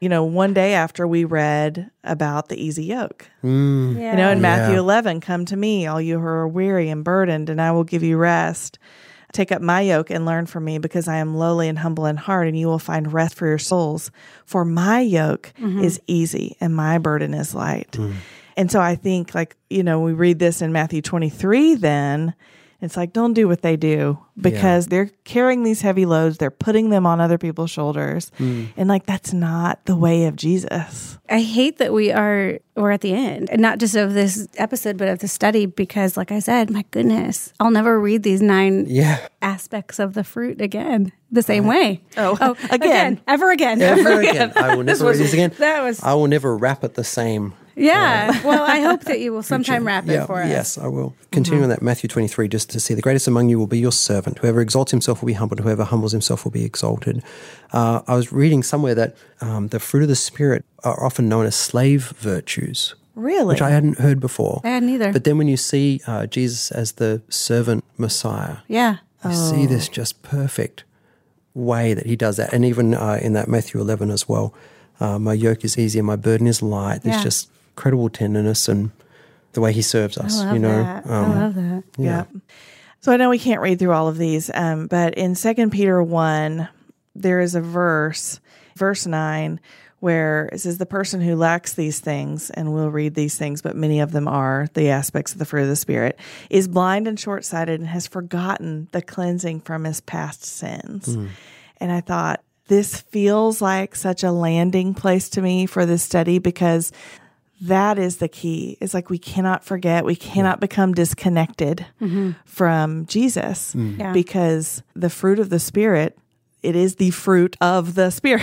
[SPEAKER 1] you know, one day after we read about the easy yoke.
[SPEAKER 2] yeah.
[SPEAKER 1] You know, in Matthew
[SPEAKER 3] Yeah.
[SPEAKER 1] 11, come to me, all you who are weary and burdened, and I will give you rest. Take up my yoke and learn from me, because I am lowly and humble in heart, and you will find rest for your souls. For my yoke
[SPEAKER 3] Mm-hmm.
[SPEAKER 1] is easy and my burden is
[SPEAKER 3] Mm.
[SPEAKER 1] light. And so I think, like, you know, we read this in Matthew 23, then It's like, don't do what they do because they're carrying these heavy loads, they're putting them on other people's shoulders.
[SPEAKER 3] Mm.
[SPEAKER 1] And like, that's not the way of Jesus.
[SPEAKER 2] I hate that we are we're at the end, and not just of this episode, but of the study, because, like I said, my goodness, I'll never read these nine
[SPEAKER 3] Yeah.
[SPEAKER 2] aspects of the fruit again the same way.
[SPEAKER 1] Oh, again.
[SPEAKER 2] ever again.
[SPEAKER 3] Ever again. I will never read this again.
[SPEAKER 2] that was-
[SPEAKER 3] I will never wrap it the same.
[SPEAKER 2] Yeah. well, I hope that you will sometime wrap it for us. Mm-hmm.
[SPEAKER 3] Yes, I will. Continue on that Matthew 23, just to see the greatest among you will be your servant. Whoever exalts himself will be humbled, whoever humbles himself will be exalted. Uh, I was reading somewhere that um, the fruit of the Spirit are often known as slave virtues,
[SPEAKER 1] Really?
[SPEAKER 3] which I hadn't heard before.
[SPEAKER 2] I hadn't either.
[SPEAKER 3] But then when you see uh, Jesus as the servant Messiah,
[SPEAKER 2] Yeah.
[SPEAKER 3] you
[SPEAKER 2] Oh.
[SPEAKER 3] see this just perfect way that he does that. And even uh, in that Matthew 11 as well, uh, my yoke is easy and my burden is light. There's
[SPEAKER 2] Yeah.
[SPEAKER 3] just incredible tenderness and the way he serves us,
[SPEAKER 2] I love
[SPEAKER 3] you know. Um,
[SPEAKER 2] that. I love that.
[SPEAKER 1] Yeah. So I know we can't read through all of these, um, but in Second Peter one, there is a verse, verse nine, where it says, "The person who lacks these things, and we'll read these things, but many of them are the aspects of the fruit of the spirit, is blind and short sighted, and has forgotten the cleansing from his past sins." And I thought this feels like such a landing place to me for this study because that is the key. It's like we cannot forget, we cannot become disconnected from Jesus
[SPEAKER 2] Mm-hmm.
[SPEAKER 3] Mm.
[SPEAKER 2] Yeah.
[SPEAKER 1] because the fruit of the Spirit. It is the fruit of the spirit.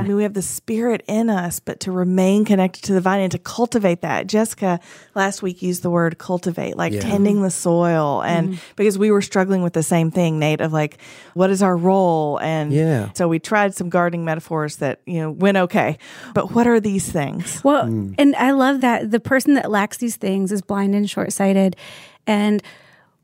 [SPEAKER 1] I mean, we have the spirit in us, but to remain connected to the vine and to cultivate that. Jessica last week used the word cultivate, like
[SPEAKER 3] Yeah.
[SPEAKER 1] tending the soil.
[SPEAKER 2] Mm-hmm.
[SPEAKER 1] And because we were struggling with the same thing, Nate, of like, what is our role? And
[SPEAKER 3] Yeah.
[SPEAKER 1] so we tried some gardening metaphors that, you know, went okay. But what are these things?
[SPEAKER 2] Well,
[SPEAKER 3] Hmm.
[SPEAKER 2] and I love that the person that lacks these things is blind and short sighted. And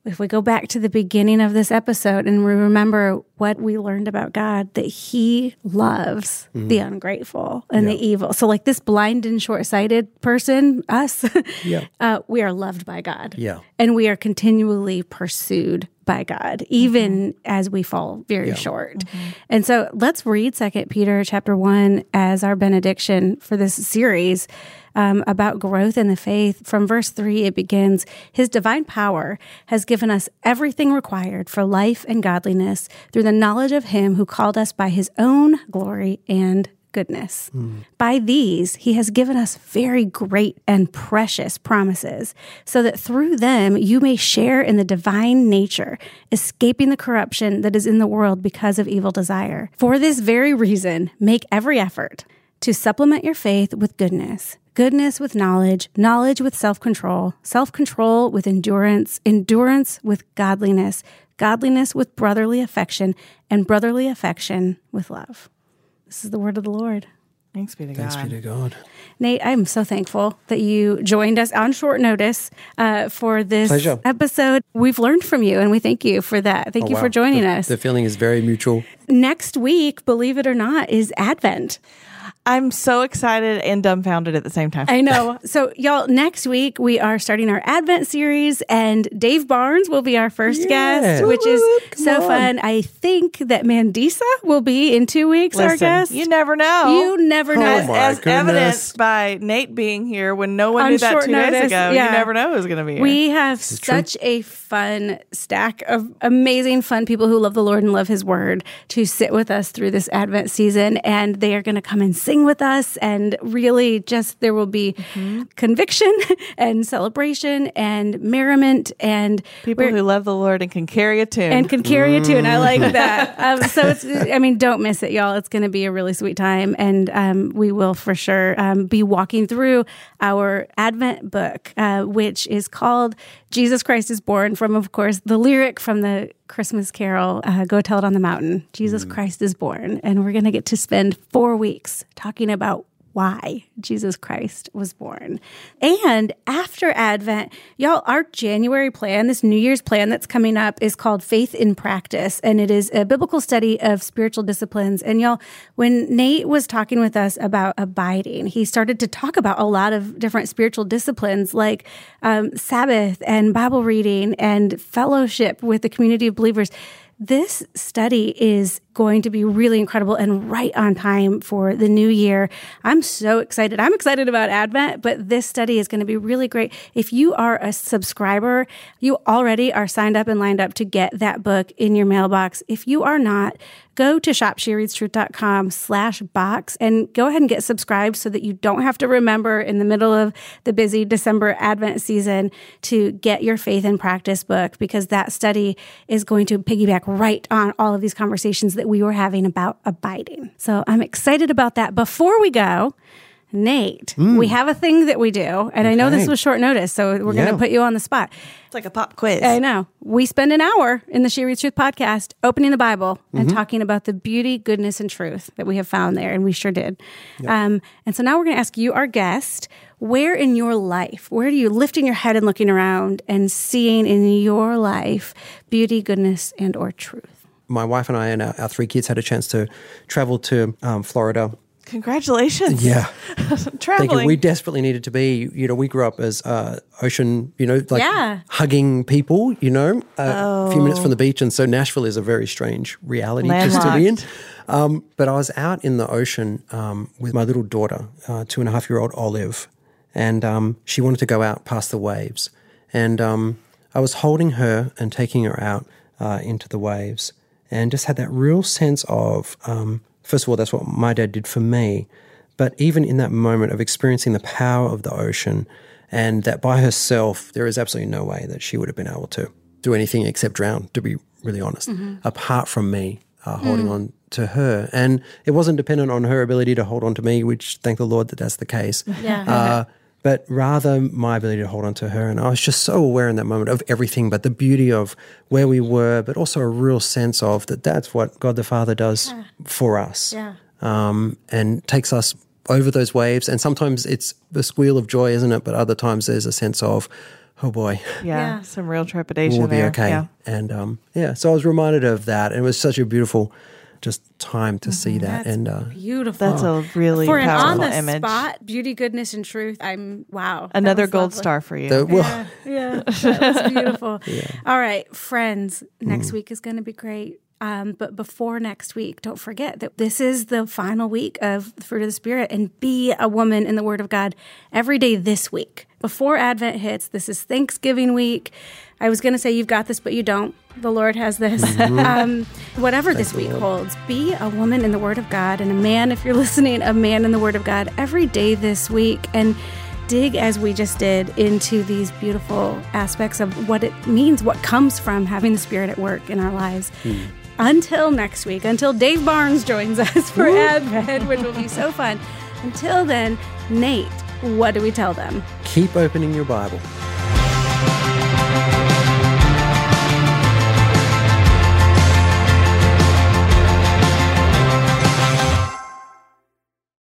[SPEAKER 2] if we go back to the beginning of this episode and we remember what we learned about God, that He loves the
[SPEAKER 3] Mm-hmm.
[SPEAKER 2] ungrateful and the evil. So, like this blind and short sighted person, us,
[SPEAKER 3] Yeah.
[SPEAKER 2] uh, we are loved by God.
[SPEAKER 3] Yeah.
[SPEAKER 2] And we are continually pursued by God, even as we fall very short. And so let's read Second Peter chapter one as our benediction for this series um, about growth in the faith. From verse three, it begins His divine power has given us everything required for life and godliness through the knowledge of Him who called us by His own glory and goodness. By these, he has given us very great and precious promises, so that through them you may share in the divine nature, escaping the corruption that is in the world because of evil desire. For this very reason, make every effort to supplement your faith with goodness. Goodness with knowledge, knowledge with self control, self control with endurance, endurance with godliness, godliness with brotherly affection, and brotherly affection with love. This is the word of the Lord.
[SPEAKER 1] Thanks be to
[SPEAKER 3] Thanks
[SPEAKER 1] God.
[SPEAKER 3] be to God.
[SPEAKER 2] Nate, I'm so thankful that you joined us on short notice uh, for this
[SPEAKER 3] Pleasure. Oh,
[SPEAKER 2] episode. We've learned from you, and we thank you for that. Thank you
[SPEAKER 3] Wow.
[SPEAKER 2] for joining
[SPEAKER 3] The-
[SPEAKER 2] us.
[SPEAKER 3] The feeling is very mutual.
[SPEAKER 2] Next week, believe it or not, is Advent.
[SPEAKER 1] I'm so excited and dumbfounded at the same time.
[SPEAKER 2] I know. so, y'all, next week we are starting our Advent series, and Dave Barnes will be our first
[SPEAKER 3] Yeah.
[SPEAKER 2] guest, which is
[SPEAKER 3] Woo-woo, come
[SPEAKER 2] so
[SPEAKER 3] on.
[SPEAKER 2] fun. I think that Mandisa will be in two weeks, our guest.
[SPEAKER 1] you never know.
[SPEAKER 2] You never know.
[SPEAKER 1] as,
[SPEAKER 3] Oh my
[SPEAKER 1] as
[SPEAKER 3] goodness.
[SPEAKER 1] evidenced by Nate being here when no one
[SPEAKER 2] On
[SPEAKER 1] knew that
[SPEAKER 2] short
[SPEAKER 1] two
[SPEAKER 2] notice,
[SPEAKER 1] days ago.
[SPEAKER 2] yeah.
[SPEAKER 1] You never know who's going to be here.
[SPEAKER 2] We have such a fun stack of amazing, fun people who love the Lord and love His Word to sit with us through this Advent season. And they are going to come and sing with us. And really, just there will be
[SPEAKER 1] Mm-hmm.
[SPEAKER 2] conviction and celebration and merriment and
[SPEAKER 1] People who love the Lord and can carry a tune.
[SPEAKER 2] and can carry a tune. I like that. Um, so it's, I mean, don't miss it, y'all. It's going to be a really sweet time, and um, we will for sure um, be walking through our Advent book, uh, which is called "Jesus Christ is Born." From, of course, the lyric from the Christmas Carol, uh, "Go Tell It on the Mountain." Jesus Christ is born, and we're going to get to spend four weeks talking about why Jesus Christ was born. And after Advent, y'all, our January plan, this New Year's plan that's coming up is called Faith in Practice. And it is a biblical study of spiritual disciplines. And y'all, when Nate was talking with us about abiding, he started to talk about a lot of different spiritual disciplines like um, Sabbath and Bible reading and fellowship with the community of believers. This study is going to be really incredible and right on time for the new year. I'm so excited. I'm excited about Advent, but this study is going to be really great. If you are a subscriber, you already are signed up and lined up to get that book in your mailbox. If you are not, go to shopshereadstruth.com slash box and go ahead and get subscribed so that you don't have to remember in the middle of the busy December Advent season to get your faith and practice book because that study is going to piggyback right on all of these conversations that we were having about abiding. So I'm excited about that. Before we go, Nate, we have a thing that we do, and I know this
[SPEAKER 3] Hmm. Okay.
[SPEAKER 2] was short notice, so we're going
[SPEAKER 3] Yeah.
[SPEAKER 2] to put you on the spot.
[SPEAKER 1] It's like a pop quiz.
[SPEAKER 2] I know. We spend an hour in the She Reads Truth podcast opening the Bible and
[SPEAKER 1] Mm-hmm.
[SPEAKER 2] talking about the beauty, goodness, and truth that we have found there, and we sure did. Um, and so now we're going to ask you, our guest, where in your life, where do you lifting your head and looking around and seeing in your life beauty, goodness, and or truth?
[SPEAKER 3] My wife and I and our, our three kids had a chance to travel to um, Florida.
[SPEAKER 1] Congratulations.
[SPEAKER 3] Yeah. Thinking
[SPEAKER 1] Traveling.
[SPEAKER 3] we desperately needed to be, you know, we grew up as uh, ocean, you know, like
[SPEAKER 2] Yeah.
[SPEAKER 3] hugging people, you know, uh, a few minutes from the beach. And so Nashville is a very strange reality just to be in. Um, but I was out in the ocean um, with my little daughter, uh, two and a half year old Olive, and um, she wanted to go out past the waves. And um, I was holding her and taking her out uh, into the waves and just had that real sense of, um, first of all, that's what my dad did for me. But even in that moment of experiencing the power of the ocean, and that by herself, there is absolutely no way that she would have been able to do anything except drown, to be really honest, apart from me uh, holding on to her. And it wasn't dependent on her ability to hold on to me, which thank the Lord that that's the case.
[SPEAKER 2] Yeah.
[SPEAKER 3] Uh, but rather my ability to hold on to her. And I was just so aware in that moment of everything, but the beauty of where we were, but also a real sense of that that's what God the Father does for us um, and takes us over those waves. And sometimes it's a squeal of joy, isn't it? But other times there's a sense of, oh boy,
[SPEAKER 1] Yeah,
[SPEAKER 2] Yeah.
[SPEAKER 1] Some real trepidation.
[SPEAKER 3] we'll be
[SPEAKER 1] there.
[SPEAKER 3] okay.
[SPEAKER 1] Yeah.
[SPEAKER 3] And um, yeah, so I was reminded of that. And it was such a beautiful just time to
[SPEAKER 1] Mm-hmm.
[SPEAKER 3] see that. and uh,
[SPEAKER 2] Beautiful.
[SPEAKER 1] That's a really
[SPEAKER 2] for an on
[SPEAKER 1] powerful
[SPEAKER 2] the
[SPEAKER 1] image.
[SPEAKER 2] spot, beauty, goodness, and truth. I'm wow. that
[SPEAKER 1] Another
[SPEAKER 2] was
[SPEAKER 1] gold
[SPEAKER 2] lovely.
[SPEAKER 1] star for you.
[SPEAKER 3] the, well,
[SPEAKER 2] Yeah, yeah, that was beautiful. All right, friends, next week is going to be great. Um, but before next week, don't forget that this is the final week of the fruit of the spirit, and be a woman in the Word of God every day this week. Before Advent hits, this is Thanksgiving week. I was going to say you've got this, but you don't. The Lord has this. um, whatever this week holds, be a woman in the Word of God, and a man, if you're listening, a man in the Word of God every day this week. And dig as we just did into these beautiful aspects of what it means, what comes from having the Spirit at work in our lives. Until next week, until Dave Barnes joins us for Advent, which will be so fun. Until then, Nate, what do we tell them?
[SPEAKER 3] keep opening your Bible.